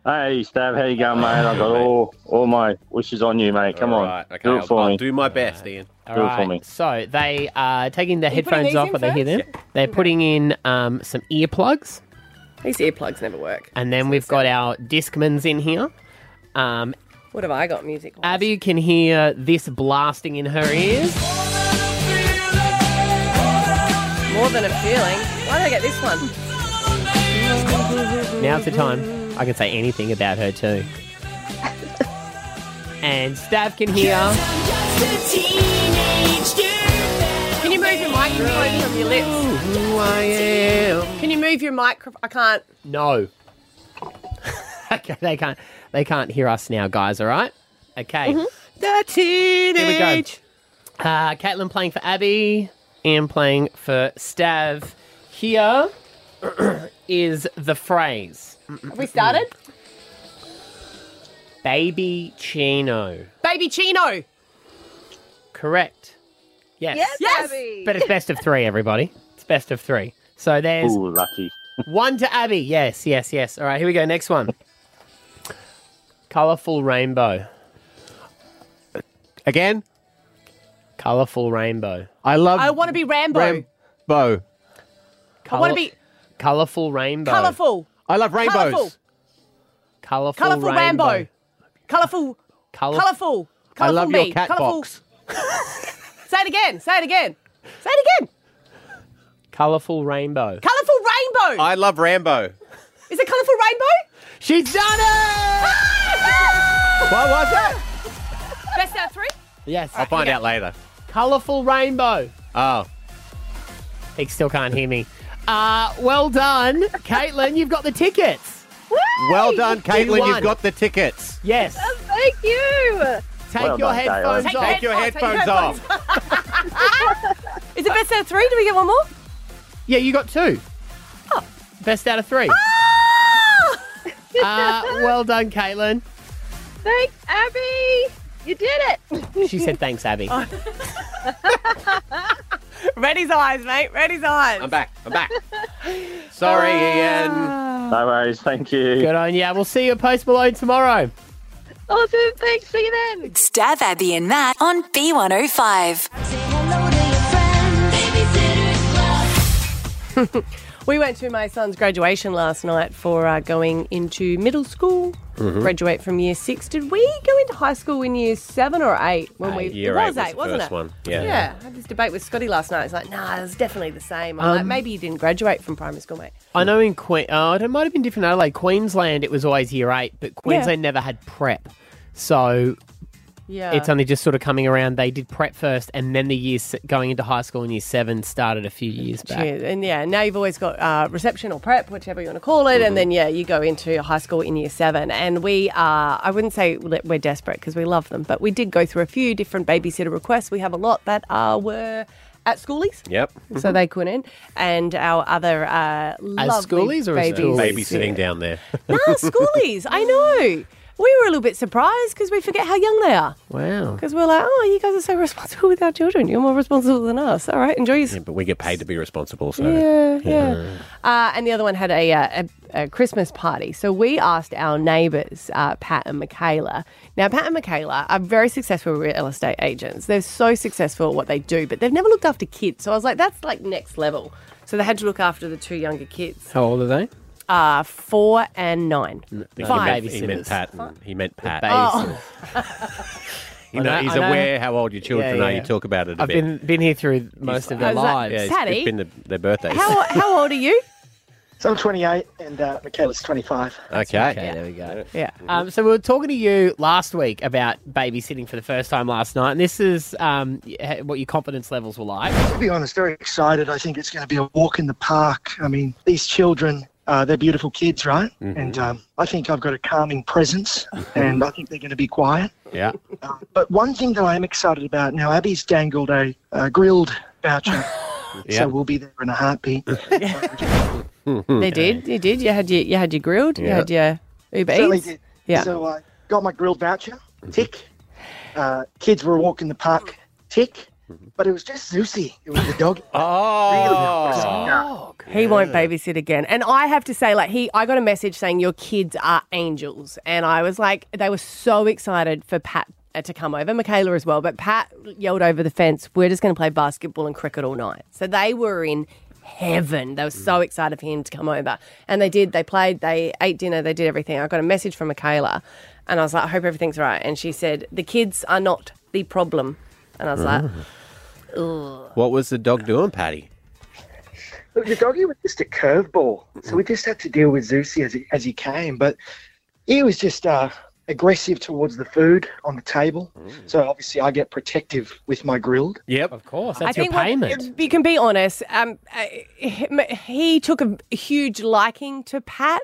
Speaker 11: Hey, Stab, how you going, mate? I've got all, all my wishes on you, mate. Come
Speaker 3: All
Speaker 11: on.
Speaker 3: right, Okay,
Speaker 11: do
Speaker 3: I'll,
Speaker 11: it for
Speaker 3: I'll
Speaker 11: me.
Speaker 3: do my best, Ian.
Speaker 2: All
Speaker 11: Do it for me.
Speaker 2: right. So they are taking the
Speaker 4: you putting
Speaker 2: headphones
Speaker 4: these
Speaker 2: off
Speaker 4: in
Speaker 2: when they hear them.
Speaker 4: first?
Speaker 2: They're putting in um, some earplugs,
Speaker 4: These earplugs never work.
Speaker 2: and then we've got our discmans in here. Um,
Speaker 4: What have I got music? wise?
Speaker 2: Abby can hear this blasting in her ears.
Speaker 4: More than a feeling. Why did I get this one?
Speaker 2: Now's the time. I can say anything about her too. and Stav can hear.
Speaker 12: Just a teenage
Speaker 4: Can you move your microphone from your lips?
Speaker 2: Who I am.
Speaker 4: Can you move your microphone? I can't.
Speaker 2: No. okay, they can't. They can't hear us now, guys. All right. Okay. The teenage. Mm-hmm. Here we go. Uh, Caitlin playing for Abby. Ian playing for Stav. Here is the phrase.
Speaker 4: Have we started?
Speaker 2: Baby Chino.
Speaker 4: Baby Chino.
Speaker 2: Correct. Yes.
Speaker 4: Yes, Yes. Abby.
Speaker 2: But it's best of three, everybody. It's best of three. So there's
Speaker 11: Ooh, lucky.
Speaker 2: one to Abby. Yes, yes, yes. All right, here we go. Next one. Colorful rainbow.
Speaker 3: Again?
Speaker 2: Colorful rainbow.
Speaker 3: I love.
Speaker 4: I want to be Rambo.
Speaker 3: Rambo.
Speaker 4: I want to be
Speaker 2: Colorful rainbow.
Speaker 4: colorful.
Speaker 3: I love rainbows.
Speaker 4: Colorful.
Speaker 2: Colorful,
Speaker 4: Colorful
Speaker 2: rainbow.
Speaker 4: Rambo. Colorful.
Speaker 2: Colour-
Speaker 4: Colorful.
Speaker 3: I love
Speaker 4: me.
Speaker 3: your cat
Speaker 4: Colourful-
Speaker 3: box.
Speaker 4: Say it again. Say it again. Say it again.
Speaker 2: Colorful rainbow.
Speaker 4: Colorful rainbow.
Speaker 2: Uh,
Speaker 3: I love Rambo.
Speaker 4: Is it colorful rainbow?
Speaker 2: She's done it!
Speaker 3: What was that?
Speaker 4: Best out of three.
Speaker 2: Yes.
Speaker 3: I'll find out later.
Speaker 2: Colorful rainbow.
Speaker 3: Oh,
Speaker 2: He still can't hear me. Uh, well done, Caitlin. You've got the tickets.
Speaker 3: well done, Caitlin.
Speaker 2: won.
Speaker 3: You've got the tickets.
Speaker 2: Yes.
Speaker 10: Thank you.
Speaker 2: Take
Speaker 11: Well
Speaker 2: your
Speaker 11: done,
Speaker 2: headphones
Speaker 11: Caitlin.
Speaker 2: off.
Speaker 3: Take your headphones off.
Speaker 4: Is it best out of three? Do we get one more?
Speaker 2: Yeah, you got two.
Speaker 11: Oh.
Speaker 2: Best out of three. Uh, well done, Caitlin.
Speaker 10: Thanks, Abby. You did it.
Speaker 2: She said thanks, Abby.
Speaker 11: Oh.
Speaker 4: Red his eyes, mate. Red his eyes.
Speaker 3: I'm back. I'm back. Sorry, Ian.
Speaker 11: No worries. Thank you.
Speaker 2: Good on you. We'll see you at Post Malone tomorrow.
Speaker 10: Awesome. Thanks. See you then.
Speaker 1: Stab Abby and Matt on B105.
Speaker 4: We went to my son's graduation last night for uh, going into middle school,
Speaker 3: Mm-hmm.
Speaker 4: graduate from year six. Did we go into high school in year seven or eight? When we
Speaker 3: Ah, Year
Speaker 4: it was
Speaker 3: eight was the
Speaker 4: wasn't
Speaker 3: first
Speaker 4: it?
Speaker 3: one. Yeah.
Speaker 4: yeah. I had this debate with Scotty last night. It's like, nah, it's definitely the same. I'm
Speaker 3: Um,
Speaker 4: like, maybe you didn't graduate from primary school, mate.
Speaker 2: I know in Queen, oh, it might have been different in Adelaide. Queensland, it was always year eight, but Queensland never had prep. So
Speaker 4: Yeah,
Speaker 2: it's only just sort of coming around. They did prep first, and then the years going into high school in year seven started a few years back.
Speaker 4: Yeah, and yeah, now you've always got uh, reception or prep, whichever you want to call it,
Speaker 3: Mm-hmm.
Speaker 4: and then yeah, you go into high school in year seven. And we are—I wouldn't say that we're desperate because we love them, but we did go through a few different babysitter requests. We have a lot that uh, were at schoolies,
Speaker 3: Yep.
Speaker 4: so they couldn't, and our other uh, lovely
Speaker 2: schoolies or as
Speaker 4: babies-
Speaker 2: schoolies?
Speaker 3: Babysitting down there.
Speaker 4: Nah, schoolies. I know. We were a little bit surprised because we forget how young they are.
Speaker 2: Wow.
Speaker 4: Because we're like, oh, you guys are so responsible with our children. You're more responsible than us. All right, enjoy your
Speaker 3: Yeah, but we get paid to be responsible, so
Speaker 4: yeah, yeah. Uh, and the other one had a, uh, a, a Christmas party. So we asked our neighbours, uh, Pat and Michaela. Now, Pat and Michaela are very successful real estate agents. They're so successful at what they do, but they've never looked after kids. So I was like, that's like next level. So they had to look after the two younger kids,
Speaker 2: How old are they?
Speaker 4: uh, four and nine.
Speaker 3: He
Speaker 2: Five.
Speaker 3: meant- He meant Pat. and- He meant Pat.
Speaker 2: Oh.
Speaker 3: You know,
Speaker 2: I know-
Speaker 3: he's
Speaker 2: I know.
Speaker 3: aware how old your children
Speaker 2: Yeah,
Speaker 3: are.
Speaker 2: yeah.
Speaker 3: You talk about it a
Speaker 2: I've
Speaker 3: bit.
Speaker 2: been been here through most of their
Speaker 4: I was like-
Speaker 2: lives.
Speaker 3: yeah, it's-
Speaker 4: Taddy.
Speaker 3: it's been the, their birthdays.
Speaker 4: How, how old are you?
Speaker 5: So I'm 28 and uh, Michaela's 25.
Speaker 3: okay.
Speaker 2: Okay, there we go.
Speaker 4: Yeah.
Speaker 2: Um, so we were talking to you last week about babysitting for the first time last night, and this is um, y- what your confidence levels were like.
Speaker 5: To be honest, very excited. I think it's going to be a walk in the park. I mean, these children, uh, they're beautiful kids, right? And um, I think I've got a calming presence and I think they're going to be quiet.
Speaker 3: Yeah.
Speaker 5: Uh, but one thing that I am excited about now, Abby's dangled a uh, grilled voucher.
Speaker 3: Yeah.
Speaker 5: So we'll be there in a heartbeat.
Speaker 4: They did. You did. You had your, you had your grilled. You had your Uber
Speaker 5: Certainly
Speaker 4: Eats.
Speaker 5: did.
Speaker 4: Yeah.
Speaker 5: So I got my grilled voucher, tick. Uh, kids were walking the park, tick. But it was just Zeusy. It was the dog.
Speaker 3: Oh.
Speaker 4: He won't babysit again. And I have to say, like, he, I got a message saying your kids are angels. And I was like, they were so excited for Pat uh, to come over, Michaela as well. But Pat yelled over the fence, we're just going to play basketball and cricket all night. So they were in heaven. They were so excited for him to come over. And they did. They played, they ate dinner, they did everything. I got a message from Michaela and I was like, I hope everything's right. And she said, the kids are not the problem. And I was like,
Speaker 3: What was the dog doing, Patty?
Speaker 5: Look, the doggy was just a curveball, so we just had to deal with Zeusy as he, as he came. But he was just uh, aggressive towards the food on the table.
Speaker 4: Mm.
Speaker 5: So obviously, I get protective with my grilled.
Speaker 3: Yep,
Speaker 2: of course.
Speaker 5: that's your
Speaker 4: what-
Speaker 5: payment.
Speaker 4: you can be honest. Um, uh, him- he took a huge liking to Pat,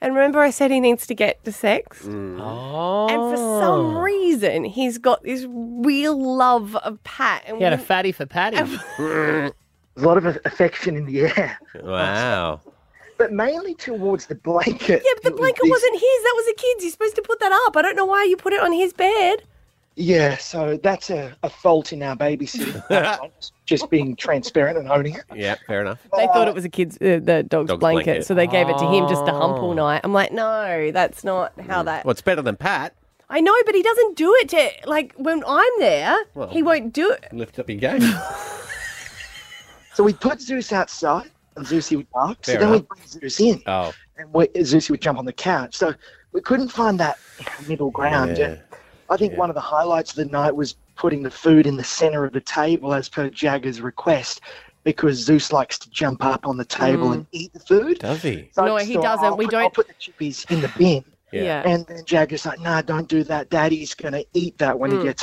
Speaker 4: and remember I said he needs to get to sex.
Speaker 3: Mm.
Speaker 2: Oh.
Speaker 4: And for some reason, he's got this real love of Pat. And
Speaker 2: He had a
Speaker 4: we-
Speaker 2: fatty for Patty.
Speaker 5: There's a lot of affection in the air,
Speaker 3: Wow.
Speaker 5: but mainly towards the blanket.
Speaker 4: Yeah, but the blanket wasn't his. That was a kid's. You're supposed to put that up. I don't know why you put it on his bed.
Speaker 5: Yeah, so that's a, a fault in our babysitting. That's fine. Just being transparent and owning it.
Speaker 3: Yeah, fair enough.
Speaker 4: They thought it was a kid's, uh, the dog's, blanket,
Speaker 3: blanket.
Speaker 4: so they gave it to him just to hump
Speaker 3: Oh.
Speaker 4: all night. I'm like, no, that's not
Speaker 2: Mm.
Speaker 4: how that.
Speaker 3: Well, it's better than Pat.
Speaker 4: I know, but he doesn't do it to like when I'm there.
Speaker 3: Well,
Speaker 4: he won't do it.
Speaker 3: Lift up your game.
Speaker 5: So we put Zeus outside, and Zeusy would bark.
Speaker 3: Fair
Speaker 5: so then
Speaker 3: enough.
Speaker 5: we bring Zeus in,
Speaker 3: Oh,
Speaker 5: and we, Zeusy would jump on the couch. So we couldn't find that middle ground.
Speaker 3: Yeah.
Speaker 5: I think one of the highlights of the night was putting the food in the center of the table as per Jagger's request, because Zeus likes to jump up on the table
Speaker 4: Mm.
Speaker 5: and eat the food.
Speaker 3: does he?
Speaker 5: So
Speaker 4: No,
Speaker 5: it's
Speaker 4: he
Speaker 5: like,
Speaker 4: doesn't.
Speaker 5: I'll
Speaker 4: We
Speaker 5: put-
Speaker 4: don't-
Speaker 5: "Oh, I'll put the chippies in the bin.
Speaker 4: Yeah.
Speaker 5: And then Jagger's like, no, don't do that. Daddy's going to eat that when
Speaker 4: Mm.
Speaker 5: he gets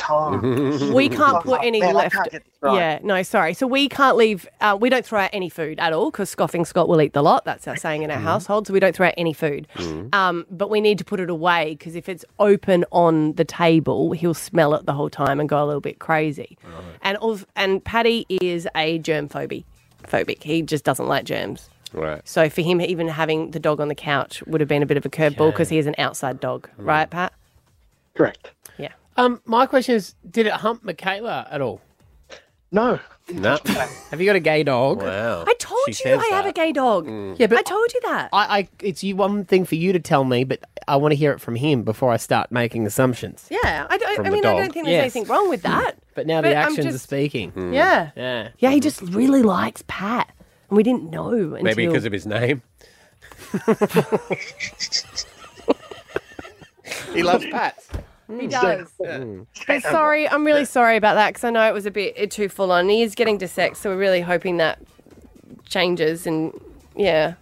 Speaker 5: home.
Speaker 4: We can't put
Speaker 5: Oh,
Speaker 4: any
Speaker 5: man, I
Speaker 4: left.
Speaker 5: can't get this right.
Speaker 4: Yeah, no, sorry. So we can't leave. Uh, we don't throw out any food at all because scoffing Scott will eat the lot. That's our saying in our household. So we don't throw out any food. Um, but we need to put it away because if it's open on the table, he'll smell it the whole time and go a little bit crazy.
Speaker 3: Oh.
Speaker 4: And also, and Paddy is a germ phobe, phobic. He just doesn't like germs.
Speaker 3: Right.
Speaker 4: So for him, even having the dog on the couch would have been a bit of a curveball because he is an outside dog, right, Pat?
Speaker 5: Correct.
Speaker 4: Yeah.
Speaker 2: Um, my question is, did it hump Michaela at all?
Speaker 5: No.
Speaker 3: No.
Speaker 2: Have you got a gay dog?
Speaker 3: Wow.
Speaker 4: I told you I have a gay dog.
Speaker 2: Yeah, but
Speaker 4: I told you that.
Speaker 2: I, I, it's you one thing for you to tell me, but I want to hear it from him before I start making assumptions.
Speaker 4: Yeah, I, don't,
Speaker 2: From
Speaker 4: I
Speaker 2: the
Speaker 4: mean, I
Speaker 2: dog.
Speaker 4: don't think there's
Speaker 2: Yes.
Speaker 4: anything wrong with that.
Speaker 2: But now
Speaker 4: But
Speaker 2: the
Speaker 4: I'm
Speaker 2: actions are
Speaker 4: just-
Speaker 2: speaking.
Speaker 3: Hmm.
Speaker 4: Yeah.
Speaker 2: Yeah.
Speaker 4: Yeah, he just really likes Pat. And we didn't know until.
Speaker 3: Maybe because of his name. he loves Pats.
Speaker 4: Mm. He does.
Speaker 2: mm.
Speaker 4: But sorry, I'm really sorry about that because I know it was a bit uh, too full on. He is getting to sex, so we're really hoping that changes and, yeah.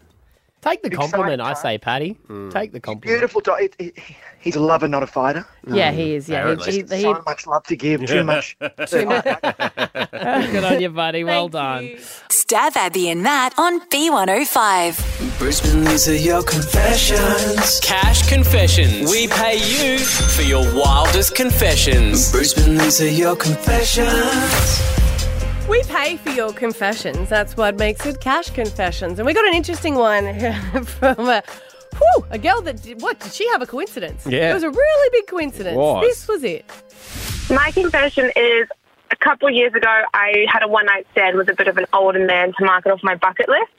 Speaker 2: Take the
Speaker 5: Exciting
Speaker 2: compliment, I
Speaker 5: time.
Speaker 2: say, Patty. Take the compliment.
Speaker 5: Beautiful dog. It, it, he's a lover, not a fighter.
Speaker 4: Yeah,
Speaker 2: Mm.
Speaker 4: he is. Yeah,
Speaker 3: Mm. Apparently.
Speaker 4: he, he, he,
Speaker 5: so much love to give. Too much. too much.
Speaker 2: Good on you, buddy. Well done.
Speaker 1: Stab Abby and Matt on B105.
Speaker 12: Brisbane, these are your confessions.
Speaker 13: Cash Confessions. We pay you for your wildest confessions.
Speaker 12: Brisbane, these are your confessions.
Speaker 4: We pay for your confessions. That's what makes it cash confessions. And we got an interesting one from a, whew, a girl that did, what did she have a coincidence?
Speaker 3: Yeah.
Speaker 4: it was a really big coincidence.
Speaker 3: It was.
Speaker 4: This was it.
Speaker 10: My confession is a couple years ago, I had a one night stand with a bit of an older man to mark it off my bucket list.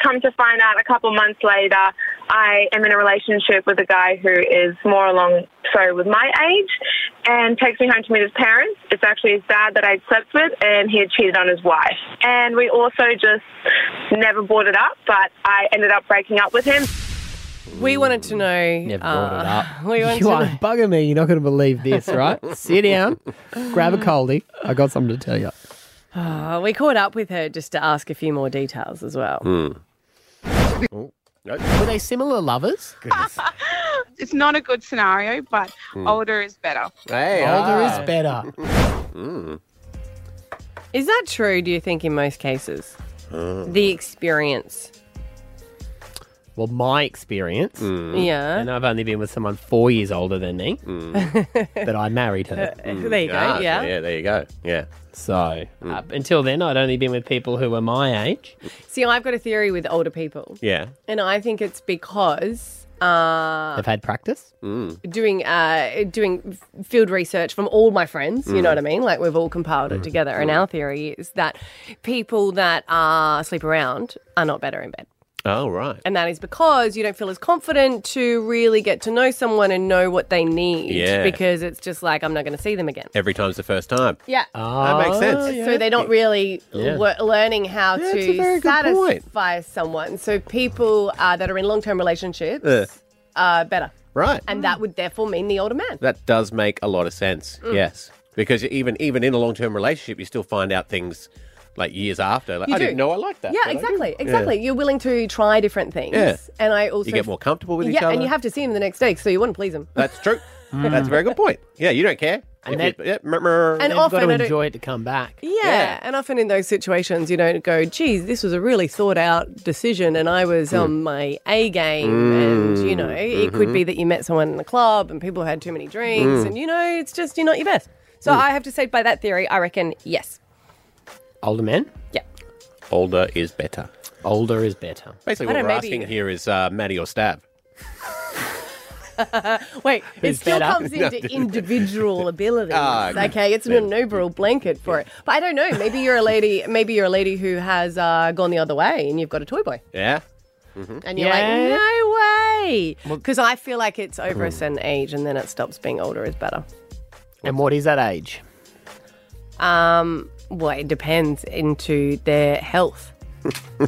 Speaker 10: Come to find out, a couple months later, I am in a relationship with a guy who is more along so with my age and takes me home to meet his parents. It's actually his dad that I'd slept with, and he had cheated on his wife. And we also just never brought it up, but I ended up breaking up with him.
Speaker 4: We wanted to know.
Speaker 2: Never brought it
Speaker 4: uh,
Speaker 2: up.
Speaker 4: We wanted
Speaker 2: you
Speaker 4: to
Speaker 2: are
Speaker 4: know.
Speaker 2: bugging me. You're not going to believe this, right? Sit down, grab a coldie. I got something to tell you.
Speaker 4: Oh, we caught up with her just to ask a few more details as well.
Speaker 2: Hmm. Were they similar lovers? Goodness. Hmm.
Speaker 10: It's not a good scenario, but older is better.
Speaker 3: Hey,
Speaker 2: Older
Speaker 3: ah.
Speaker 2: is better.
Speaker 3: Hmm.
Speaker 4: Is that true? Do you think in most cases, the experience?
Speaker 2: Well, my experience,
Speaker 3: Mm.
Speaker 4: Yeah. Mm.
Speaker 2: and I've only been with someone four years older than me, but I married her.
Speaker 4: there you go.
Speaker 3: Ah, so
Speaker 4: yeah.
Speaker 3: yeah, there you go. Yeah. Mm.
Speaker 2: So up until then, I'd only been with people who were my age.
Speaker 4: See, I've got a theory with older people,
Speaker 3: Yeah.
Speaker 4: and I think it's because. Uh,
Speaker 2: They've had practice.
Speaker 3: Mm.
Speaker 4: doing uh, doing f- field research from all my friends. You know what I mean? Like we've all compiled it together, and our theory is that people that are sleep around are not better in bed,
Speaker 3: Oh, right.
Speaker 4: and that is because you don't feel as confident to really get to know someone and know what they need.
Speaker 3: Yeah.
Speaker 4: because it's just like I'm not going to see them again.
Speaker 3: Every time's the first time.
Speaker 4: Yeah.
Speaker 2: Ah,
Speaker 3: makes sense.
Speaker 2: yeah.
Speaker 4: So they're not really
Speaker 2: Yeah.
Speaker 4: wor- learning how
Speaker 3: Yeah, it's Oh, a very
Speaker 4: to
Speaker 3: good point.
Speaker 4: satisfy someone. So people uh, that are in long-term relationships
Speaker 3: Yeah.
Speaker 4: are better,
Speaker 3: Right.
Speaker 4: and that would therefore mean the older man.
Speaker 3: That does
Speaker 4: Mm.
Speaker 3: make a lot of sense. Yes. Because even even in a long term relationship, you still find out things like years after. Like,
Speaker 4: You
Speaker 3: I
Speaker 4: do.
Speaker 3: didn't know I liked that. but
Speaker 4: Yeah,
Speaker 3: I do.
Speaker 4: exactly,
Speaker 3: Yeah.
Speaker 4: exactly. You're willing to try different things.
Speaker 3: Yeah.
Speaker 4: And I also
Speaker 3: You get more comfortable with
Speaker 4: yeah,
Speaker 3: each
Speaker 4: Yeah, and
Speaker 3: other.
Speaker 4: you have to see him the next day, so you want to please him.
Speaker 3: That's true. That's a very good point. Yeah, you don't care. And
Speaker 4: that-
Speaker 3: yeah, mer- mer-
Speaker 4: And They've often gotta I don't- enjoy
Speaker 2: it to come back.
Speaker 4: Yeah. and often in those situations, you don't go, "Geez, this was a really thought out decision," and I was
Speaker 3: Hmm.
Speaker 4: on my A game, and you know, it could
Speaker 3: Mm-hmm.
Speaker 14: Mhm.
Speaker 4: be that you met someone in the club and people had too many drinks,
Speaker 3: Hmm.
Speaker 2: Mm.
Speaker 4: and you know, it's just you're not your best. So I have to say, by that theory, I reckon yes.
Speaker 2: Older men?
Speaker 4: Yeah.
Speaker 3: Older is better.
Speaker 2: Older is better.
Speaker 4: I
Speaker 3: Basically, what
Speaker 4: don't
Speaker 3: we're
Speaker 4: know,
Speaker 3: asking
Speaker 4: maybe-
Speaker 3: here is uh, Maddie or Stab.
Speaker 4: Wait, it
Speaker 3: Who's
Speaker 4: still
Speaker 3: better?
Speaker 4: comes into
Speaker 3: No.
Speaker 4: individual abilities.
Speaker 3: Ah, okay.
Speaker 4: okay, it's an overall blanket for it. But I don't know. Maybe you're a lady. Maybe you're a lady who has uh, gone the other way, and you've got a toy boy.
Speaker 3: Yeah. Mm-hmm.
Speaker 4: And you're
Speaker 2: Yeah. Hmm.
Speaker 4: like, no way. Because I feel like it's over a certain age and then it stops being older is better.
Speaker 2: And what is that age?
Speaker 4: Um, well, it depends into their health.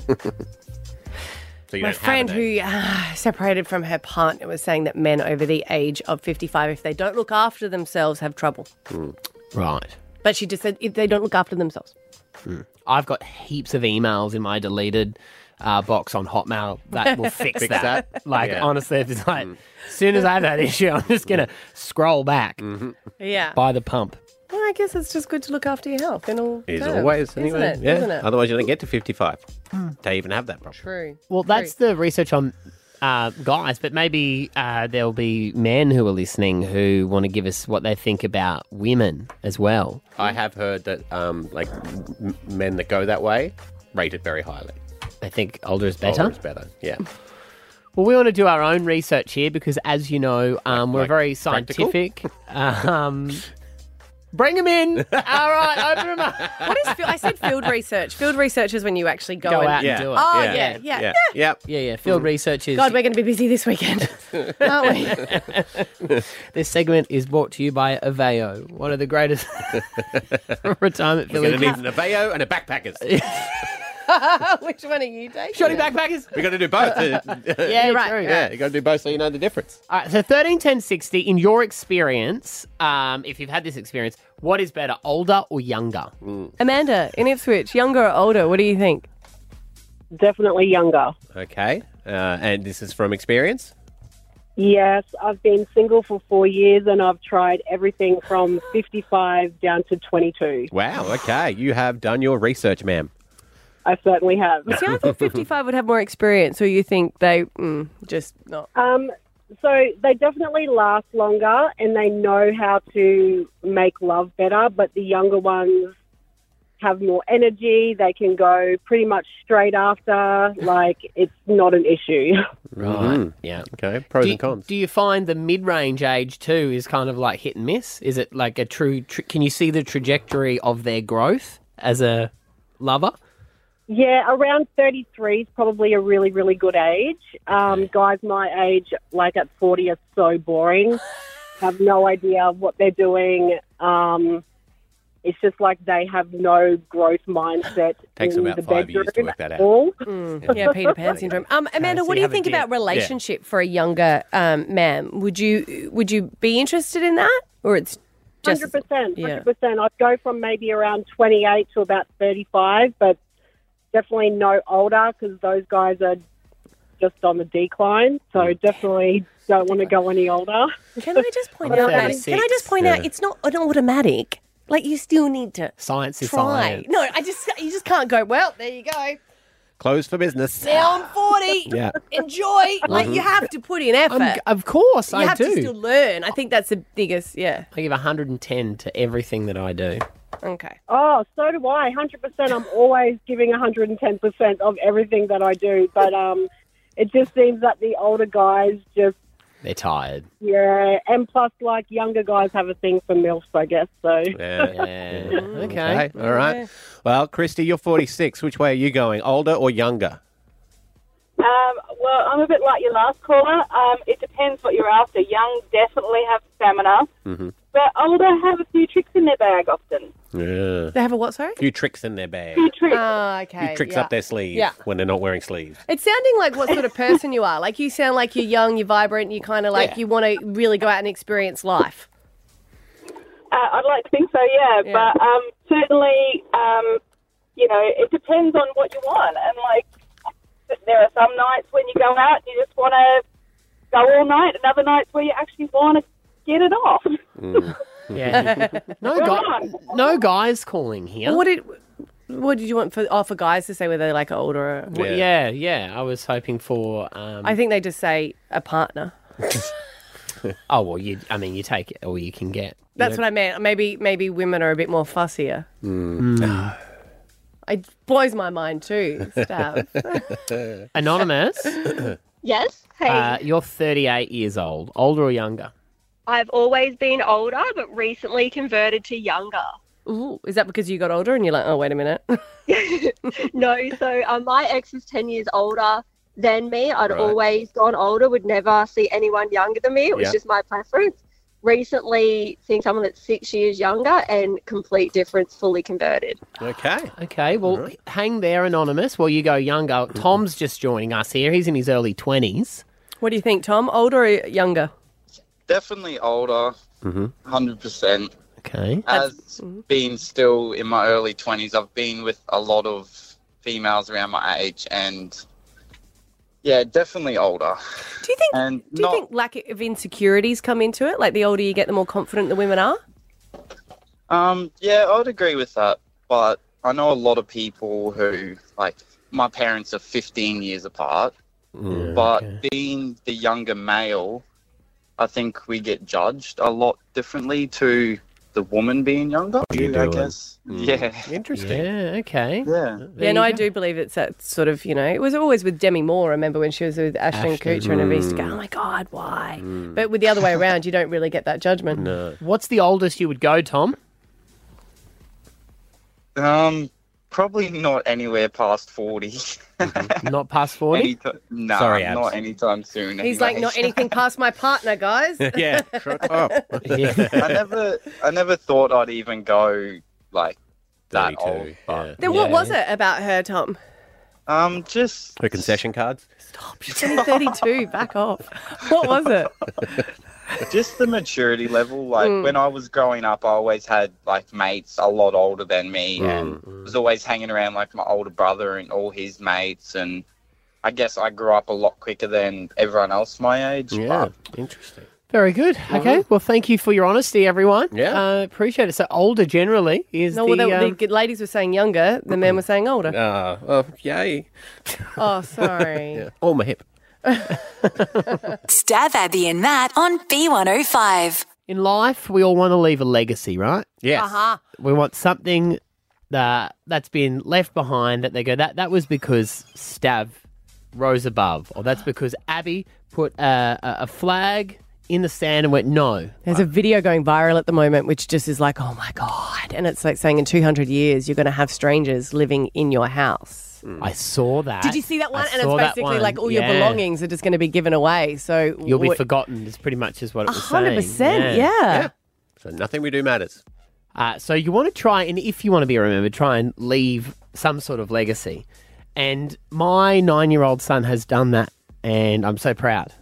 Speaker 3: so you
Speaker 4: My
Speaker 3: don't
Speaker 4: friend
Speaker 3: have an age.
Speaker 4: who uh, separated from her partner was saying that men over the age of 55, if they don't look after themselves, have trouble.
Speaker 3: Mm.
Speaker 2: Right.
Speaker 4: But she just said if they don't look after themselves.
Speaker 2: I've got heaps of emails in my deleted uh, box on Hotmail that will fix,
Speaker 4: Fix
Speaker 2: that.
Speaker 4: that?
Speaker 2: Like,
Speaker 4: Yeah.
Speaker 2: honestly, if it's like, as soon as I have that issue, I'm just going to scroll back
Speaker 4: Yeah.
Speaker 2: by the pump.
Speaker 4: Well, I guess it's just good to look after your health in all
Speaker 3: Is
Speaker 4: terms,
Speaker 3: always
Speaker 4: isn't
Speaker 3: anyway.
Speaker 4: it?
Speaker 3: Yeah. Um,
Speaker 4: Isn't it?
Speaker 3: Otherwise, you don't get to fifty-five.
Speaker 2: Mm.
Speaker 3: They even have that problem.
Speaker 4: True.
Speaker 2: Well, that's the research on uh, guys, but maybe uh, there'll be men who are listening who want to give us what they think about women as well.
Speaker 3: I have heard that um, like m- men that go that way rate it very highly.
Speaker 2: I think older is better.
Speaker 3: Older is better. Yeah.
Speaker 2: Well, we want to do our own research here because, as you know, um, we're
Speaker 3: like
Speaker 2: very
Speaker 3: practical?
Speaker 2: scientific. um, bring them in. All right, open them up.
Speaker 4: What is field? I said field research. Field research is when you actually go,
Speaker 2: Go
Speaker 4: and,
Speaker 2: out and do it.
Speaker 4: Oh
Speaker 2: Yeah.
Speaker 4: yeah, yeah,
Speaker 2: Yeah.
Speaker 4: yeah.
Speaker 2: Yeah.
Speaker 3: Yep.
Speaker 2: Yeah, yeah. Field research is.
Speaker 4: God, we're going to be busy this weekend, aren't we?
Speaker 2: this segment is brought to you by Aveo, one of the greatest retirement
Speaker 3: We're going to
Speaker 2: villages.
Speaker 3: need an Aveo and a backpackers.
Speaker 4: Which one are you taking?
Speaker 2: Shoddy backpackers.
Speaker 3: We're going to do both. yeah,
Speaker 2: Yeah, right, true.
Speaker 3: Yeah, you got to do both so you know the difference.
Speaker 2: All right, so 13, 10, 60, in your experience, um, if you've had this experience, what is better, older or younger?
Speaker 3: Mm.
Speaker 4: Amanda in Ipswich, younger or older? What do you think?
Speaker 15: Definitely younger.
Speaker 3: Okay, uh, and this is from experience.
Speaker 15: Yes, I've been single for four years and I've tried everything from 55 down to 22.
Speaker 3: Wow. Okay, you have done your research, ma'am.
Speaker 15: I certainly have.
Speaker 4: See, I thought 55 would have more experience, or you think they mm, just not.
Speaker 15: Um, so they definitely last longer and they know how to make love better, but the younger ones have more energy. They can go pretty much straight after. Like, it's not an issue.
Speaker 2: Right. Yeah.
Speaker 3: Mm-hmm. Okay. Pros
Speaker 2: do,
Speaker 3: and cons.
Speaker 2: Do you find the mid-range age too is kind of like hit and miss? Is it like a true? Tr- can you see the trajectory of their growth as a lover?
Speaker 15: Yeah, around 33 is probably a really, really good age. Um, Guys my age, like at 40, are so boring, have no idea what they're doing. Um, it's just like they have no growth mindset.
Speaker 4: Takes
Speaker 15: in
Speaker 4: them about
Speaker 15: the
Speaker 4: five
Speaker 15: bedroom
Speaker 4: years to work that
Speaker 15: at
Speaker 4: out.
Speaker 15: all.
Speaker 4: Mm. Yeah, Peter Pan syndrome. Um, Amanda,
Speaker 15: so
Speaker 4: what
Speaker 15: you
Speaker 4: do you
Speaker 15: have a
Speaker 4: think
Speaker 15: deal.
Speaker 4: about
Speaker 15: Yeah.
Speaker 4: relationship for a younger um, man? Would you would you be interested in that, or it's just
Speaker 15: Hundred percent,
Speaker 4: yeah.
Speaker 15: hundred percent. I'd go from maybe around twenty-eight to about thirty-five, but definitely no older because those guys are just on the decline. So definitely don't want to go any older.
Speaker 4: Can I just point out? That, can I just point out? It's not an automatic. Like you still need to
Speaker 2: Science is
Speaker 4: try.
Speaker 2: science.
Speaker 4: No, I just you just can't go. Well, there you go.
Speaker 3: Closed for business.
Speaker 4: Now I'm forty.
Speaker 3: Yeah.
Speaker 4: Enjoy. Like you have to put in effort.
Speaker 2: Mm-hmm. I'm- of course,
Speaker 4: you
Speaker 2: I
Speaker 4: have
Speaker 2: do.
Speaker 4: to still learn. I think that's the biggest. Yeah.
Speaker 2: I give 110 to everything that I do.
Speaker 4: Okay.
Speaker 15: Oh, so do I. Hundred percent. I'm always giving hundred and ten percent of everything that I do, but um, it just seems that the older guys just
Speaker 2: They're tired.
Speaker 15: yeah, and plus like younger guys have a thing for milfs, I guess. So
Speaker 3: Yeah.
Speaker 4: Mm.
Speaker 2: Okay.
Speaker 3: All right.
Speaker 15: Yeah.
Speaker 3: Well, Christy, you're 46. Which way are you going? Older or younger?
Speaker 16: Um, well, I'm a bit like your last caller. Um, it depends what you're after. Young definitely have stamina,
Speaker 3: Mm-hmm.
Speaker 16: but older have a few tricks Uh, in their bag often.
Speaker 3: Yeah.
Speaker 4: They have a what? Sorry.
Speaker 3: few tricks in their bag.
Speaker 16: Few tricks.
Speaker 4: Oh, okay.
Speaker 3: few tricks
Speaker 4: yeah.
Speaker 3: up their sleeve
Speaker 4: Yeah.
Speaker 3: when they're not wearing sleeves.
Speaker 4: It's sounding like what sort of person you are. Like you sound like you're young, you're vibrant, you kind of like you want to really go out and experience life.
Speaker 16: Uh, I'd like to think so, yeah. But um, certainly, um, you know, it depends on what you want. And like, there are some nights when you go out and you just want to go all night, and other nights where you actually want to get it off.
Speaker 2: Mm. Yeah. no, guy, no guys calling here.
Speaker 4: What did what did you want for oh, for guys to say whether they like older? Or,
Speaker 2: Well, yeah. yeah, I was hoping for. Um,
Speaker 4: I think they just say a partner.
Speaker 2: oh well, you. I mean, you take all you can get.
Speaker 4: That's what I meant. Maybe maybe women are a bit more fussier.
Speaker 2: Mm.
Speaker 4: It blows my mind too. Stav.
Speaker 2: Anonymous.
Speaker 14: Yes. Hey.
Speaker 2: uh, you're 38 years old. Older or younger?
Speaker 14: I've always been older, but recently converted to younger.
Speaker 4: Ooh, is that because you got older and you're like, oh wait a minute?
Speaker 14: no, so um, my ex was 10 years older than me. I'd
Speaker 4: Right.
Speaker 14: always gone older, would never see anyone younger than me. It was
Speaker 4: Yeah.
Speaker 14: just my preference. Recently, seeing someone that's six years younger and complete difference, fully converted.
Speaker 2: Okay. Okay. Well, hang there, Anonymous, while you go younger. Tom's just joining us here. He's in his early 20s.
Speaker 4: What do you think, Tom? Older or younger?
Speaker 17: Definitely older,
Speaker 2: Mm-hmm.
Speaker 17: 100%.
Speaker 2: Okay.
Speaker 17: As
Speaker 4: mm-hmm.
Speaker 17: being still in my early 20s, I've been with a lot of females around my age, and yeah, definitely older.
Speaker 4: Do you think?
Speaker 17: And
Speaker 4: Do you think lack of insecurities come into it? Like the older you get, the more confident the women are.
Speaker 17: Um, yeah, I would agree with that, but I know a lot of people who like my parents are 15 years apart,
Speaker 2: Mm,
Speaker 17: but being the younger male, I think we get judged a lot differently to the woman being younger. I guess.
Speaker 2: Mm.
Speaker 17: Yeah.
Speaker 2: Interesting. Yeah. Okay.
Speaker 17: Yeah.
Speaker 4: yeah, no, I do believe it's that sort of you know. It was always with Demi Moore. Remember when she was with Ashton,
Speaker 2: Ashton.
Speaker 4: Kutcher and everybody used to go,
Speaker 2: Mm.
Speaker 4: "Oh my god, why?" But with the other way around, you don't really get that judgment.
Speaker 2: No. What's the oldest you would go, Tom?
Speaker 17: Um, probably not anywhere past 40.
Speaker 2: Mm-hmm. not past 40?
Speaker 17: no,
Speaker 2: Sorry, Abs.
Speaker 17: not anytime soon.
Speaker 4: He's like,
Speaker 17: anyway.
Speaker 4: not anything past my partner, guys. Oh.
Speaker 17: I never, I never thought I'd even go like that old. but-
Speaker 4: Then what was it about her, Tom?
Speaker 17: Um, just
Speaker 3: her concession cards.
Speaker 4: She's only thirty-two. back off. What was it?
Speaker 17: just the maturity level. Like
Speaker 4: Mm.
Speaker 17: when I was growing up, I always had like mates a lot older than me, and was always hanging around like my older brother and all his mates. And I guess I grew up a lot quicker than everyone else my age.
Speaker 2: Yeah,
Speaker 17: interesting.
Speaker 2: Very good. Okay. Well, thank you for your honesty, everyone.
Speaker 17: Yeah.
Speaker 2: Uh, appreciate it. So, older generally is
Speaker 4: No,
Speaker 2: the.
Speaker 4: well, the,
Speaker 2: um, Mm.
Speaker 4: the ladies were saying younger, the men were saying older.
Speaker 3: Uh, oh, yay.
Speaker 4: Oh, sorry.
Speaker 3: Yeah. Oh, my hip.
Speaker 1: Stab Abby and Matt on B105.
Speaker 2: In life, we all want to leave a legacy, right?
Speaker 1: Yes. Uh-huh.
Speaker 2: We want something that that's been left behind that they go that that was because Stav rose above, or that's because Abby put a, a, a flag in the sand and went no.
Speaker 4: There's a video going viral at the moment, which just is like, oh my God. And it's like saying in 200 years, you're going to have strangers living in your house.
Speaker 2: Mm. I saw that.
Speaker 4: Did you see that
Speaker 2: I
Speaker 4: one? and
Speaker 2: saw
Speaker 4: it's
Speaker 2: that
Speaker 4: basically
Speaker 2: one.
Speaker 4: like all
Speaker 2: Yeah.
Speaker 4: your belongings are just going to be given away. So
Speaker 2: You'll be
Speaker 4: what-
Speaker 2: forgotten. Is pretty much is what it
Speaker 4: A
Speaker 2: was
Speaker 4: hundred
Speaker 2: saying.
Speaker 4: percent, yeah. Yeah.
Speaker 2: So nothing we do matters. Uh, so you want to try, and if you want to be remembered, try and leave some sort of legacy. And my nine-year-old son has done that, and I'm so proud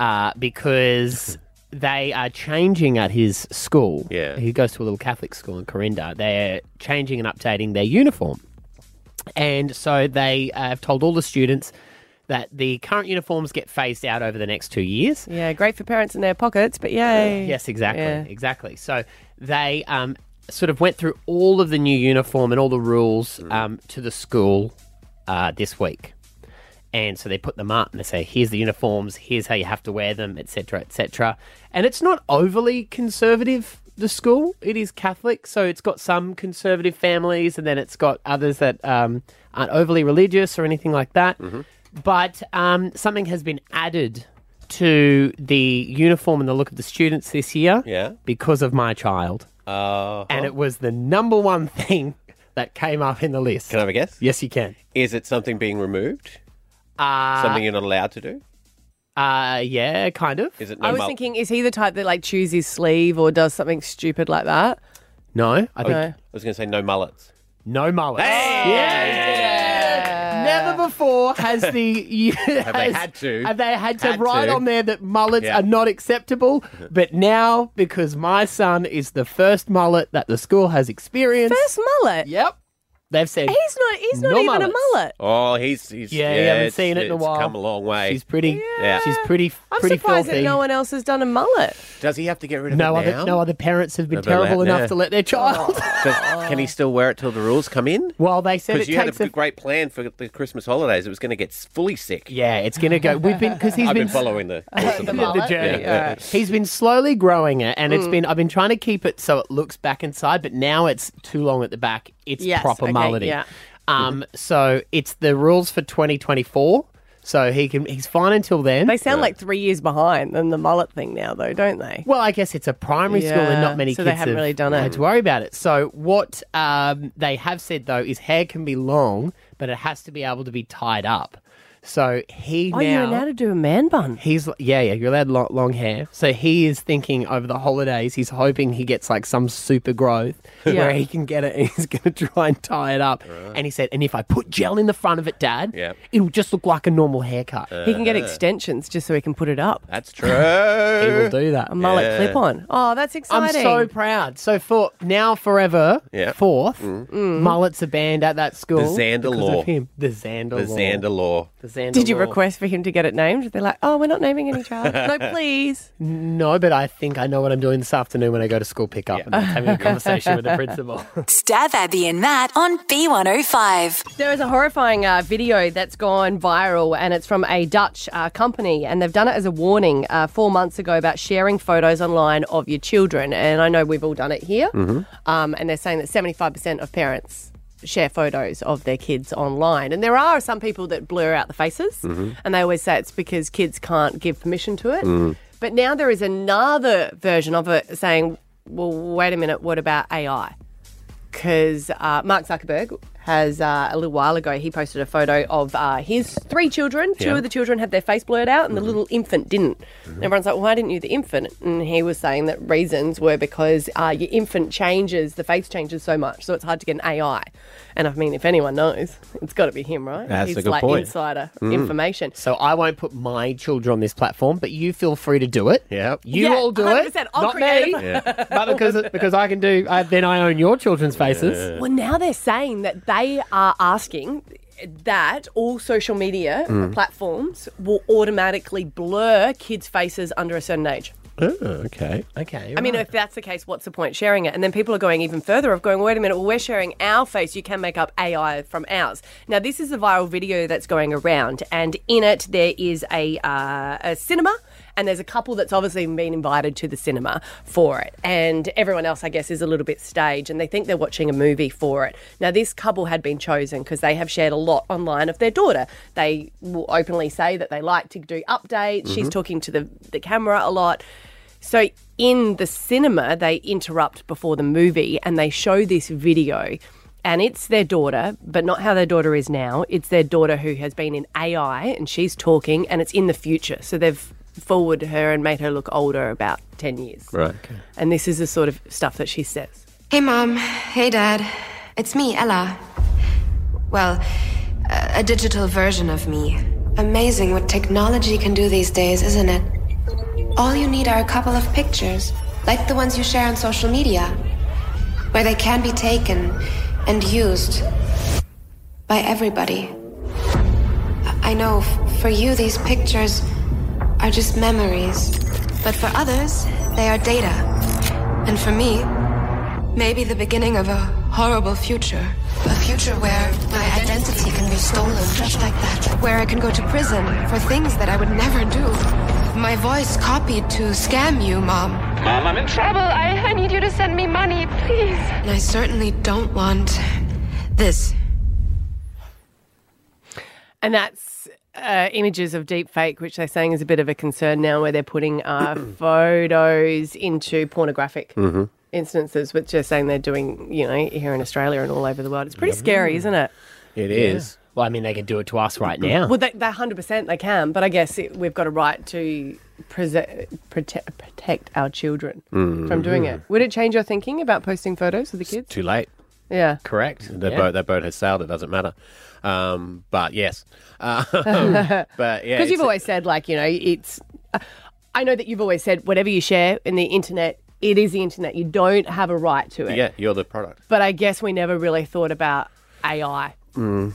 Speaker 2: uh, because they are changing at his school. Yeah, he goes to a little Catholic school in Corinda. They're changing and updating their uniform. And so they uh, have told all the students that the current uniforms get phased out over the next two years.
Speaker 4: Yeah, great for parents in their pockets, but yay.
Speaker 2: Yes, exactly,
Speaker 4: Yeah.
Speaker 2: exactly. So they um, sort of went through all of the new uniform and all the rules um, to the school uh, this week, and so they put them up and they say, "Here's the uniforms. Here's how you have to wear them, etc., etc." And it's not overly conservative. The school it is Catholic, so it's got some conservative families, and then it's got others that um, aren't overly religious or anything like that. But um, something has been added to the uniform and the look of the students this year.
Speaker 3: Yeah.
Speaker 2: Because of my child.
Speaker 3: Uh,
Speaker 2: And it was the number one thing that came up in the list.
Speaker 3: Can I have a guess?
Speaker 2: Yes, you can.
Speaker 3: Is it something being removed?
Speaker 2: Uh,
Speaker 3: something you're not allowed to do?
Speaker 2: Uh, yeah, kind of.
Speaker 3: Is it no
Speaker 4: I was
Speaker 3: mul-
Speaker 4: thinking, is he the type that like chews his sleeve or does something stupid like that?
Speaker 2: No,
Speaker 3: I,
Speaker 2: think-
Speaker 3: Oh, I was going to say no mullets.
Speaker 2: No mullets. Uh, Never before has the
Speaker 3: Have they
Speaker 2: has-
Speaker 3: had to?
Speaker 2: have they had to
Speaker 3: Had
Speaker 2: write
Speaker 3: to.
Speaker 2: on there that mullets
Speaker 3: Yeah.
Speaker 2: are not acceptable? But now, because my son is the first mullet that the school has experienced,
Speaker 4: first mullet.
Speaker 2: Yep, They've said
Speaker 4: He's not. He's not
Speaker 2: No
Speaker 4: even
Speaker 2: mullets.
Speaker 4: a mullet.
Speaker 3: Oh, he's he's
Speaker 2: Yeah, you haven't
Speaker 3: it's-
Speaker 2: seen it in a
Speaker 3: it's
Speaker 2: while.
Speaker 3: Come a long way.
Speaker 2: She's pretty.
Speaker 3: Yeah.
Speaker 2: She's pretty.
Speaker 4: I'm
Speaker 2: pretty
Speaker 4: surprised
Speaker 2: filthy.
Speaker 4: that no one else has done a mullet.
Speaker 3: Does he have to get rid of
Speaker 2: No
Speaker 3: it
Speaker 2: other
Speaker 3: now?
Speaker 2: no other parents have been
Speaker 3: Never let-
Speaker 2: terrible enough
Speaker 3: yeah.
Speaker 2: to let their child.
Speaker 3: Does-
Speaker 4: Oh.
Speaker 3: can he still wear it till the rules come in?
Speaker 2: Well, they said it
Speaker 3: Because you had
Speaker 2: takes
Speaker 3: a
Speaker 2: a-
Speaker 3: great plan for the Christmas holidays. It was going to get s- fully sick.
Speaker 2: Yeah, it's going to go. We've been because he's
Speaker 3: I've been,
Speaker 2: been
Speaker 3: following the, course of
Speaker 2: the,
Speaker 3: the, mullet.
Speaker 2: journey.
Speaker 3: Yeah.
Speaker 2: He's been slowly growing it, and it's
Speaker 4: Mm.
Speaker 2: been. I've been trying to keep it so it looks back inside, but now it's too long at the back. It's
Speaker 4: Yes,
Speaker 2: proper
Speaker 4: okay,
Speaker 2: mullety.
Speaker 4: yeah.
Speaker 2: Um, so it's the rules for 2024. So he can. He's fine until then.
Speaker 4: They sound like three years behind than the mullet thing now, though, don't they?
Speaker 2: Well, I guess it's a primary school and not many
Speaker 4: so
Speaker 2: kids
Speaker 4: they haven't
Speaker 2: have
Speaker 4: really done
Speaker 2: had
Speaker 4: it.
Speaker 2: to worry about it. So what um, they have said though is hair can be long, but it has to be able to be tied up. So he
Speaker 4: Oh,
Speaker 2: now
Speaker 4: you're allowed to do a man bun.
Speaker 2: He's yeah, yeah. You're allowed long, long hair. So he is thinking over the holidays. He's hoping he gets like some super growth
Speaker 4: Yeah.
Speaker 2: where he can get it. And he's going to try and tie it up. And he said, and if I put gel in the front of it, Dad, it'll just look like a normal haircut.
Speaker 3: Uh,
Speaker 4: He can get extensions just so he can put it up.
Speaker 3: Uh-huh. That's true.
Speaker 2: He will do that.
Speaker 4: A mullet clip on. Oh, that's exciting.
Speaker 2: I'm so proud. So for now, forever,
Speaker 3: Yeah.
Speaker 2: fourth,
Speaker 4: Mm.
Speaker 2: mullets are banned at that
Speaker 3: The
Speaker 2: school.
Speaker 3: Xander
Speaker 2: because
Speaker 3: law.
Speaker 2: Of him. The Xander
Speaker 3: The
Speaker 2: law.
Speaker 3: Xander law.
Speaker 2: The Xander
Speaker 4: Did you
Speaker 2: law.
Speaker 4: request for him to get it named? They're like, oh, we're not naming any child. no, please.
Speaker 2: No, but I think I know what I'm doing this afternoon when I go to school pick up and I'm having a conversation with the principal.
Speaker 1: Stab Abby and Matt on B105.
Speaker 4: There is a horrifying uh, video that's gone viral, and it's from a Dutch uh, company, and they've done it as a warning uh, four months ago about sharing photos online of your children. And I know we've all done it
Speaker 1: oh
Speaker 4: here,
Speaker 18: Mhm.
Speaker 2: Mm-hmm.
Speaker 4: um, and they're saying that seventy-five percent of parents share photos of their kids online, and there are some people that blur out the faces,
Speaker 1: Mm.
Speaker 2: Mm-hmm.
Speaker 18: Mhm.
Speaker 4: and they always say it's because kids can't give permission to it.
Speaker 18: Mm.
Speaker 4: But now there is another version of it saying, well, wait a minute, what about AI? Because uh, Mark Zuckerberg has, uh, a little while ago, he posted a photo of uh, his three children. Two
Speaker 18: Yeah.
Speaker 4: of the children had their face blurred out, and
Speaker 2: Mm-hmm.
Speaker 4: the little infant didn't. And everyone's like, why didn't you, the infant? And he was saying that reasons were because uh, your infant changes, the face changes so much, so it's hard to get an AI. And I mean, if anyone knows, it's got to be him, right?
Speaker 2: That's
Speaker 4: He's
Speaker 2: a good
Speaker 4: like
Speaker 2: point.
Speaker 4: insider
Speaker 2: Mm.
Speaker 4: information.
Speaker 2: So I won't put my children on this platform, but you feel free to do it. Yeah, you all do it.
Speaker 4: I'll
Speaker 2: not
Speaker 4: create
Speaker 2: me,
Speaker 4: a-
Speaker 2: but because because I can do, I, then I own your children's faces.
Speaker 4: Well, now they're saying that they are asking that all social media
Speaker 2: Mm.
Speaker 4: platforms will automatically blur kids' faces under a certain age.
Speaker 2: Oh, okay. Okay.
Speaker 4: I mean,
Speaker 2: right.
Speaker 4: if that's the case, what's the point sharing it? And then people are going even further of going, wait a minute, well, we're sharing our face. You can make up AI from ours. Now, this is a viral video that's going around, and in it there is a uh, a cinema. And there's a couple that's obviously been invited to the cinema for it. And everyone else, I guess, is a little bit staged and they think they're watching a movie for it. Now, this couple had been chosen because they have shared a lot online of their daughter. They will openly say that they like to do updates. She's
Speaker 18: Mhm.
Speaker 4: talking to the, the camera a lot. So in the cinema, they interrupt before the movie and they show this video. And it's their daughter, but not how their daughter is now. It's their daughter who has been in AI and she's talking and it's in the future. So they've forwarded her and made her look older about 10 years.
Speaker 3: Right.
Speaker 4: And this is the sort of stuff that she says.
Speaker 19: Hey, Mom. Hey, Dad. It's me, Ella. Well, a, a digital version of me. Amazing what technology can do these days, isn't it? All you need are a couple of pictures, like the ones you share on social media, where they can be taken and used by everybody. I I know f- for you, these pictures are just memories, but for others, they are data. And for me, Maybe the beginning of a horrible future. A future where my identity can be stolen just like that. Where I can go to prison for things that I would never do. My voice copied to scam you, Mom.
Speaker 20: Mom, I'm in trouble.
Speaker 19: I, I need you to send me money, please. And I certainly don't want this.
Speaker 4: And that's uh, images of deep fake, which they're saying is a bit of a concern now, where they're putting uh, photos into pornographic
Speaker 3: Mm-hmm.
Speaker 18: Mhm.
Speaker 4: instances, which they're saying they're doing, you know, here in Australia and all over the world. It's pretty scary, isn't it?
Speaker 2: It
Speaker 4: is.
Speaker 2: Well, I mean, they can do it to us right now.
Speaker 4: Well, they, they 100% they can, but I guess it, we've got a right to prese- prote- protect our children from doing it. Would it change your thinking about posting photos of the kids?
Speaker 3: Mm-hmm. Too late.
Speaker 4: Yeah.
Speaker 3: Correct. The
Speaker 4: Yeah.
Speaker 3: boat that boat has sailed. It doesn't matter. Um, but yes. Um, but yeah.
Speaker 4: Because
Speaker 3: it's-
Speaker 4: you've always said, like, you know, it's. I know that you've always said whatever you share in the internet, it is the internet. You don't have a right to it.
Speaker 3: yeah, you're the product.
Speaker 4: But I guess we never really thought about AI.
Speaker 2: Mm.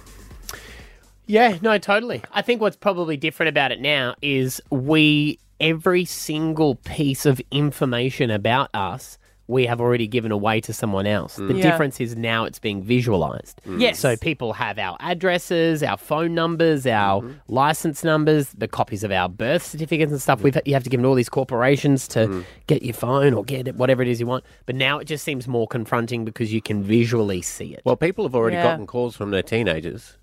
Speaker 2: Yeah, no, totally. I think what's probably different about it now is we, every single piece of information about us, we have already given away to someone else. The
Speaker 4: Yeah.
Speaker 2: difference is now it's being visualized.
Speaker 4: Mm. Yes.
Speaker 2: So people have our addresses, our phone numbers, our
Speaker 4: Mm-hmm.
Speaker 2: license numbers, the copies of our birth certificates and stuff. We've, you have to give them to all these corporations to
Speaker 4: Mm.
Speaker 2: get your phone or get it, whatever it is you want. But now it just seems more confronting because you can visually see it.
Speaker 3: Well, people have already
Speaker 2: Yeah.
Speaker 3: gotten calls from their teenagers.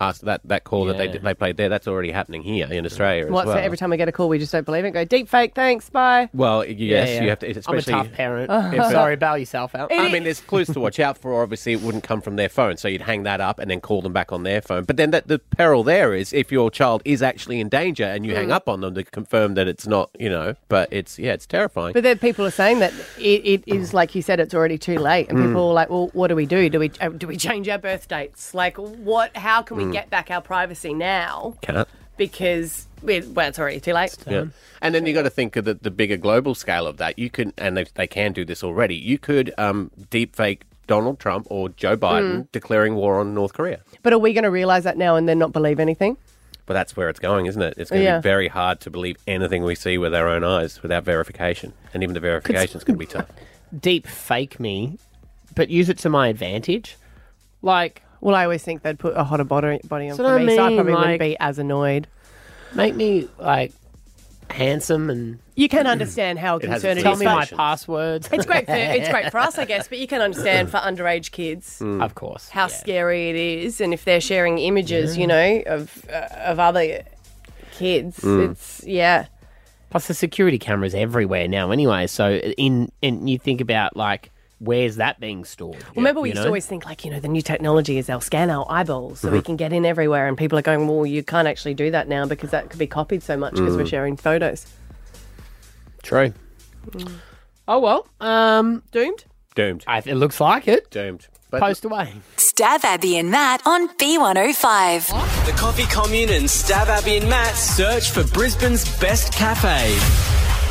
Speaker 3: Ask that that call that they
Speaker 2: Yeah.
Speaker 3: they played there. That's already happening here in Australia as
Speaker 4: What's
Speaker 3: well.
Speaker 4: that? Every time we get a call, we just don't believe it. Go deep fake. Thanks. Bye.
Speaker 3: Well, y- yes,
Speaker 2: yeah.
Speaker 3: you have to.
Speaker 2: I'm a
Speaker 3: Especially
Speaker 2: tough parent.
Speaker 3: if-
Speaker 2: Sorry, bow yourself out.
Speaker 3: I mean, there's clues to watch out for. Obviously, it wouldn't come from their phone, so you'd hang that up and then call them back on their phone. But then that, the peril there is if your child is actually in danger and you hang
Speaker 4: Mm.
Speaker 3: up on them to confirm that it's not, you know. But it's yeah, it's terrifying.
Speaker 4: But then people are saying that it, it is like you said, it's already too late, and
Speaker 3: Mm.
Speaker 4: people are like, "Well, what do we do? Do we uh, do we change our birth dates? Like, what? How can we
Speaker 3: Mm.
Speaker 4: get back our privacy now?
Speaker 3: Can't.
Speaker 4: Because we well, it's already too late.
Speaker 3: Yeah. And then you got to think of the, the bigger global scale of that. You could, and they, they can do this already. You could um, deep fake Donald Trump or Joe Biden
Speaker 4: Mm.
Speaker 3: declaring war on North Korea.
Speaker 4: But are we going to realize that now and then not believe anything?
Speaker 3: But that's where it's going, isn't it? It's going to
Speaker 4: Yeah.
Speaker 3: be very hard to believe anything we see with our own eyes without verification. And even the verification is going to be tough.
Speaker 2: deep fake me, but use it to my advantage. Like,
Speaker 4: well, I always think they'd put a hotter body, body on
Speaker 2: So
Speaker 4: for
Speaker 2: I
Speaker 4: me, so I
Speaker 2: mean,
Speaker 4: probably
Speaker 2: like-
Speaker 4: wouldn't be as annoyed.
Speaker 2: Make me like handsome and
Speaker 4: You can understand how
Speaker 2: Mm. It has
Speaker 4: concerned it is.
Speaker 2: its Tell me my
Speaker 4: but-
Speaker 2: passwords.
Speaker 4: It's great. For, it's great for us, I guess, but you can understand for underage kids.
Speaker 2: Mm. Of course.
Speaker 4: how scary it is, and if they're sharing images, you know, of uh, of other kids,
Speaker 2: Mm.
Speaker 4: it's yeah.
Speaker 2: Plus, the security cameras everywhere now, anyway. So, in and you think about like where's that being stored?
Speaker 4: Remember, we
Speaker 2: you
Speaker 4: used
Speaker 2: know?
Speaker 4: to always think like, you know, the new technology is they'll scan our eyeballs so we
Speaker 2: Mhm.
Speaker 4: can get in everywhere, and people are going, well, you can't actually do that now because that could be copied so much because we're
Speaker 2: Mm.
Speaker 4: sharing photos.
Speaker 3: True.
Speaker 4: Oh well, um, doomed.
Speaker 3: Doomed.
Speaker 2: I, it looks like it.
Speaker 3: Doomed.
Speaker 2: Post away.
Speaker 1: Stab Abby and Matt on B105.
Speaker 13: The Coffee Commune and Stab Abby and Matt search for Brisbane's best cafe.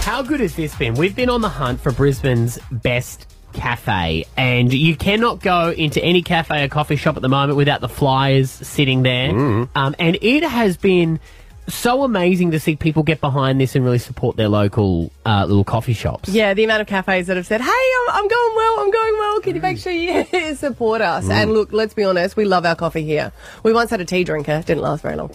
Speaker 2: How good has this been? We've been on the hunt for Brisbane's best cafe, and you cannot go into any cafe or coffee shop at the moment without the flyers sitting there. Um, and it has been so amazing to see people get behind this and really support their local uh, little coffee shops.
Speaker 4: Yeah, the amount of cafes that have said, "Hey, I'm, I'm going well, I'm going well. Can you make sure you support us?"
Speaker 2: Mm.
Speaker 4: And look, let's be honest, we love our coffee here. We once had a tea drinker, didn't last very long.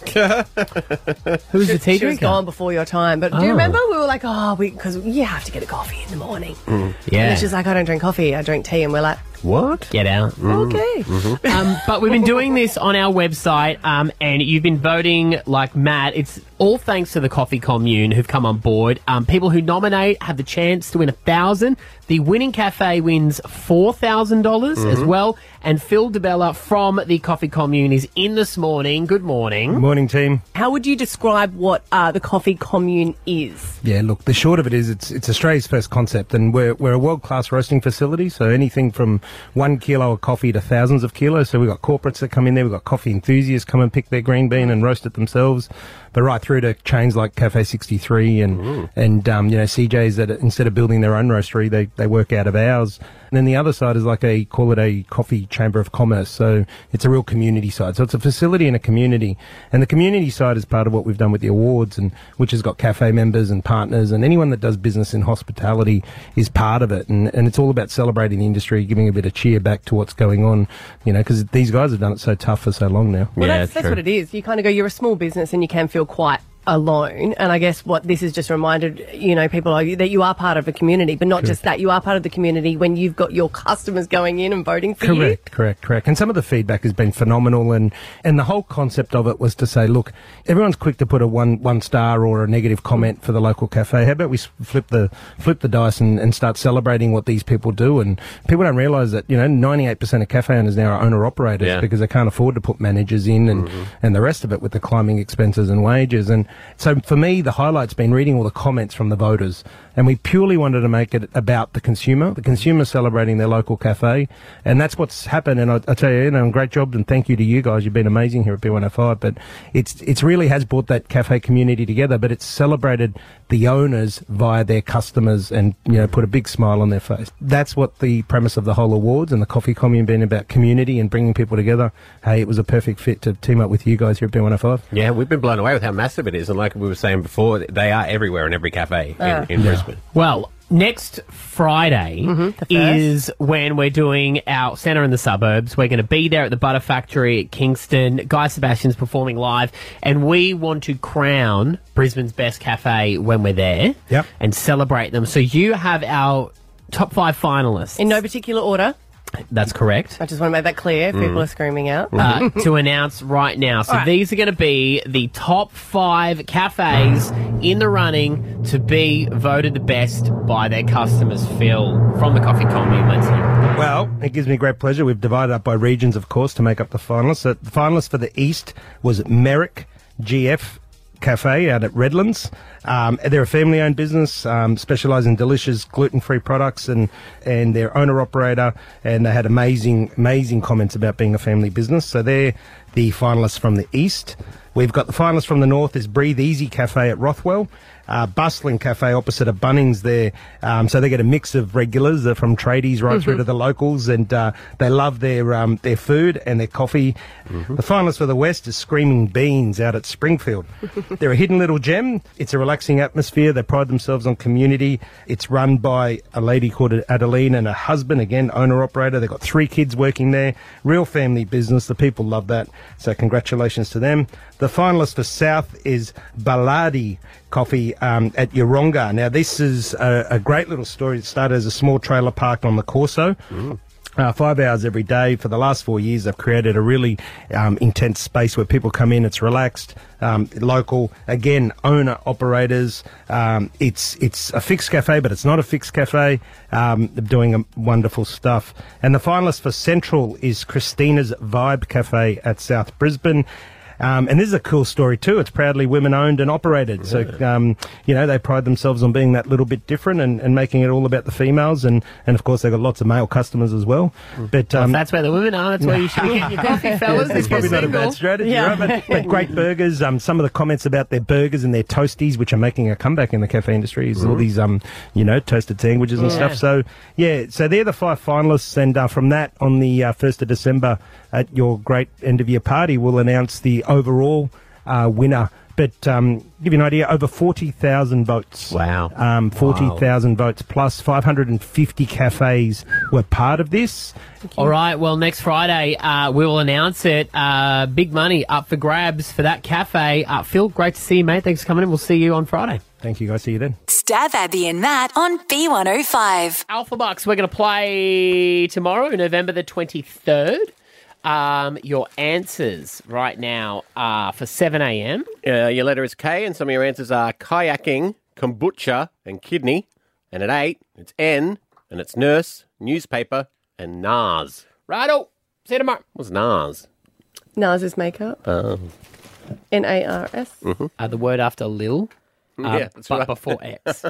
Speaker 2: Who's the tea
Speaker 4: She was
Speaker 2: drinker?
Speaker 4: gone before your time, but do
Speaker 2: Oh.
Speaker 4: you remember we were like, "Oh, we because you have to get a coffee in the morning."
Speaker 2: Yeah.
Speaker 4: and she's like, "I don't drink coffee, I drink tea," and we're like,
Speaker 2: What? Get out. Mm-hmm.
Speaker 4: Okay.
Speaker 2: um, but we've been doing this on our website, um, and you've been voting like mad. It's all thanks to the Coffee Commune who've come on board. Um, people who nominate have the chance to win a thousand. The winning cafe wins four dollars as
Speaker 18: Mhm.
Speaker 2: well. And Phil DeBella from the Coffee Commune is in this morning. Good morning.
Speaker 18: Morning, team.
Speaker 4: "How would you describe what uh, the coffee commune is?"
Speaker 18: Yeah, look, the short of it is it's it's Australia's first concept, and we're, we're a world class roasting facility. So anything from one kilo of coffee to thousands of kilos. So we've got corporates that come in there, we've got coffee enthusiasts come and pick their green bean and roast it themselves, but right through to chains like Cafe 63 and, and um, you know, CJ's that instead of building their own roastery, they, they work out of ours. And then the other side is like a call it a coffee chamber of commerce. So it's a real community side. So it's a facility and a community. And the community side is part of what we've done with the awards and which has got cafe members and partners and anyone that does business in hospitality is part of it. And, and it's all about celebrating the industry, giving a bit of cheer back to what's going on, you know, because these guys have done it so tough for so long now.
Speaker 4: Well, that's, that's what it is. You kind of go, you're a small business and you can feel quite alone. And I guess what this is just reminded, you know, people are, that you are part of a community, but not just that. You are part of the community when you've got your customers going in and voting for you.
Speaker 18: Correct, correct, correct. And some of the feedback has been phenomenal, and and the whole concept of it was to say, look, everyone's quick to put a one one star or a negative comment for the local cafe. How about we s- flip the flip the dice and, and start celebrating what these people do? And people don't realise that you know ninety eight percent of cafe owners now are owner operators
Speaker 20: Yeah.
Speaker 18: because they can't afford to put managers in and and the rest of it with the climbing expenses and wages. And So for me, the highlight's been reading all the comments from the voters, and we purely wanted to make it about the consumer, the consumer celebrating their local cafe, and that's what's happened. And I, I tell you, you know, great job, and thank you to you guys. You've been amazing here at B105, but it's it's really has brought that cafe community together. But it's celebrated the owners via their customers, and you know, put a big smile on their face. That's what the premise of the whole awards and the coffee commune being about community and bringing people together. Hey, it was a perfect fit to team up with you guys here at B105.
Speaker 3: Yeah, we've been blown away with how massive it is, and like we were saying before, they are everywhere in every cafe
Speaker 2: Yeah.
Speaker 3: in, in
Speaker 2: Yeah.
Speaker 3: Brisbane.
Speaker 2: Well, next Friday is when we're doing our Centre in the Suburbs. We're going to be there at the Butter Factory at Kingston. Guy Sebastian's performing live, and we want to crown Brisbane's best cafe when we're there yep. and celebrate them. So you have our top five finalists.
Speaker 4: In no particular order.
Speaker 2: That's correct.
Speaker 4: I just want to make that clear. if People
Speaker 2: Mm.
Speaker 4: are screaming out.
Speaker 2: uh, to announce right now. So
Speaker 4: All right.
Speaker 2: these are going to be the top five cafes in the running to be voted the best by their customers. Phil from the Coffee Commune. Let's hear. it.
Speaker 18: Well, it gives me great pleasure. We've divided up by regions, of course, to make up the finalists. Uh, The finalists for the East was Merrick GF Cafe out at Redlands. Um, they're a family-owned business, um, specialise in delicious gluten-free products, and and their owner-operator, and they had amazing, amazing comments about being a family business. So they're the finalists from the East. We've got the finalists from the north is Breathe Easy Cafe at Rothwell, uh, Bustling Cafe opposite of Bunnings there. Um, so they get a mix of regulars uh, from tradies right through
Speaker 20: Mhm.
Speaker 18: to the locals, and uh, they love their um, their food and their coffee. The finalists for the west is Screaming Beans out at Springfield. They're a hidden little gem. It's a relaxing atmosphere. They pride themselves on community. It's run by a lady called Adeline and her husband, again owner operator. They've got three kids working there. Real family business. The people love that. So congratulations to them. The finalist for South is Baladi Coffee um, at Yoronga. Now this is a, a great little story. It started as a small trailer park on the Corso.
Speaker 3: Mm.
Speaker 18: Uh, five hours every day for the last four years. They've created a really um, intense space where people come in. It's relaxed, um, local. Again, owner operators. Um, it's it's a fixed cafe, but it's not a fixed cafe. Um, they're doing um, wonderful stuff. And the finalist for Central is Christina's Vibe Cafe at South Brisbane. Um, and this is a cool story too. It's proudly women owned and operated. So, um, you know, they pride themselves on being that little bit different and, and making it all about the females. And, and of course, they've got lots of male customers as well. But um,
Speaker 2: Mm. That's where the women are. That's where you should be getting your coffee, fellas.
Speaker 18: It's
Speaker 2: if
Speaker 18: probably
Speaker 2: you're
Speaker 18: not a
Speaker 2: single.
Speaker 18: bad strategy,
Speaker 2: Yeah.
Speaker 18: right? But, but great burgers. Um, some of the comments about their burgers and their toasties, which are making a comeback in the cafe industry, is all
Speaker 20: Mhm.
Speaker 18: these, um, you know, toasted sandwiches and
Speaker 20: Yeah.
Speaker 18: stuff. So yeah, so they're the five finalists, and uh, from that on the uh, first of December at your great end of year party, we'll announce the overall uh, winner. But um, give you an idea, over forty thousand votes. Wow, um, forty thousand votes plus five hundred and fifty cafes were part of this.
Speaker 2: All right. Well, next Friday uh, we will announce it. Uh, big money up for grabs for that cafe. Uh, Phil, great to see you, mate. Thanks for coming in. We'll see you on Friday.
Speaker 18: Thank you, guys. See you then.
Speaker 1: Stab Abby and Matt on B105.
Speaker 2: Alpha Bucks, we're going to play tomorrow, November the 23rd. Um, your answers right now are for 7 a.m.
Speaker 3: Uh, your letter is K, and some of your answers are kayaking, kombucha, and kidney. And at eight, it's N, and it's nurse, newspaper, and NAS.
Speaker 2: Righto. See you tomorrow.
Speaker 3: What's NAS?
Speaker 4: Nars's makeup.
Speaker 3: Oh.
Speaker 4: N A R S.
Speaker 2: Uh, the word after Lil, uh,
Speaker 3: Yeah, that's
Speaker 2: but
Speaker 3: right.
Speaker 2: before X.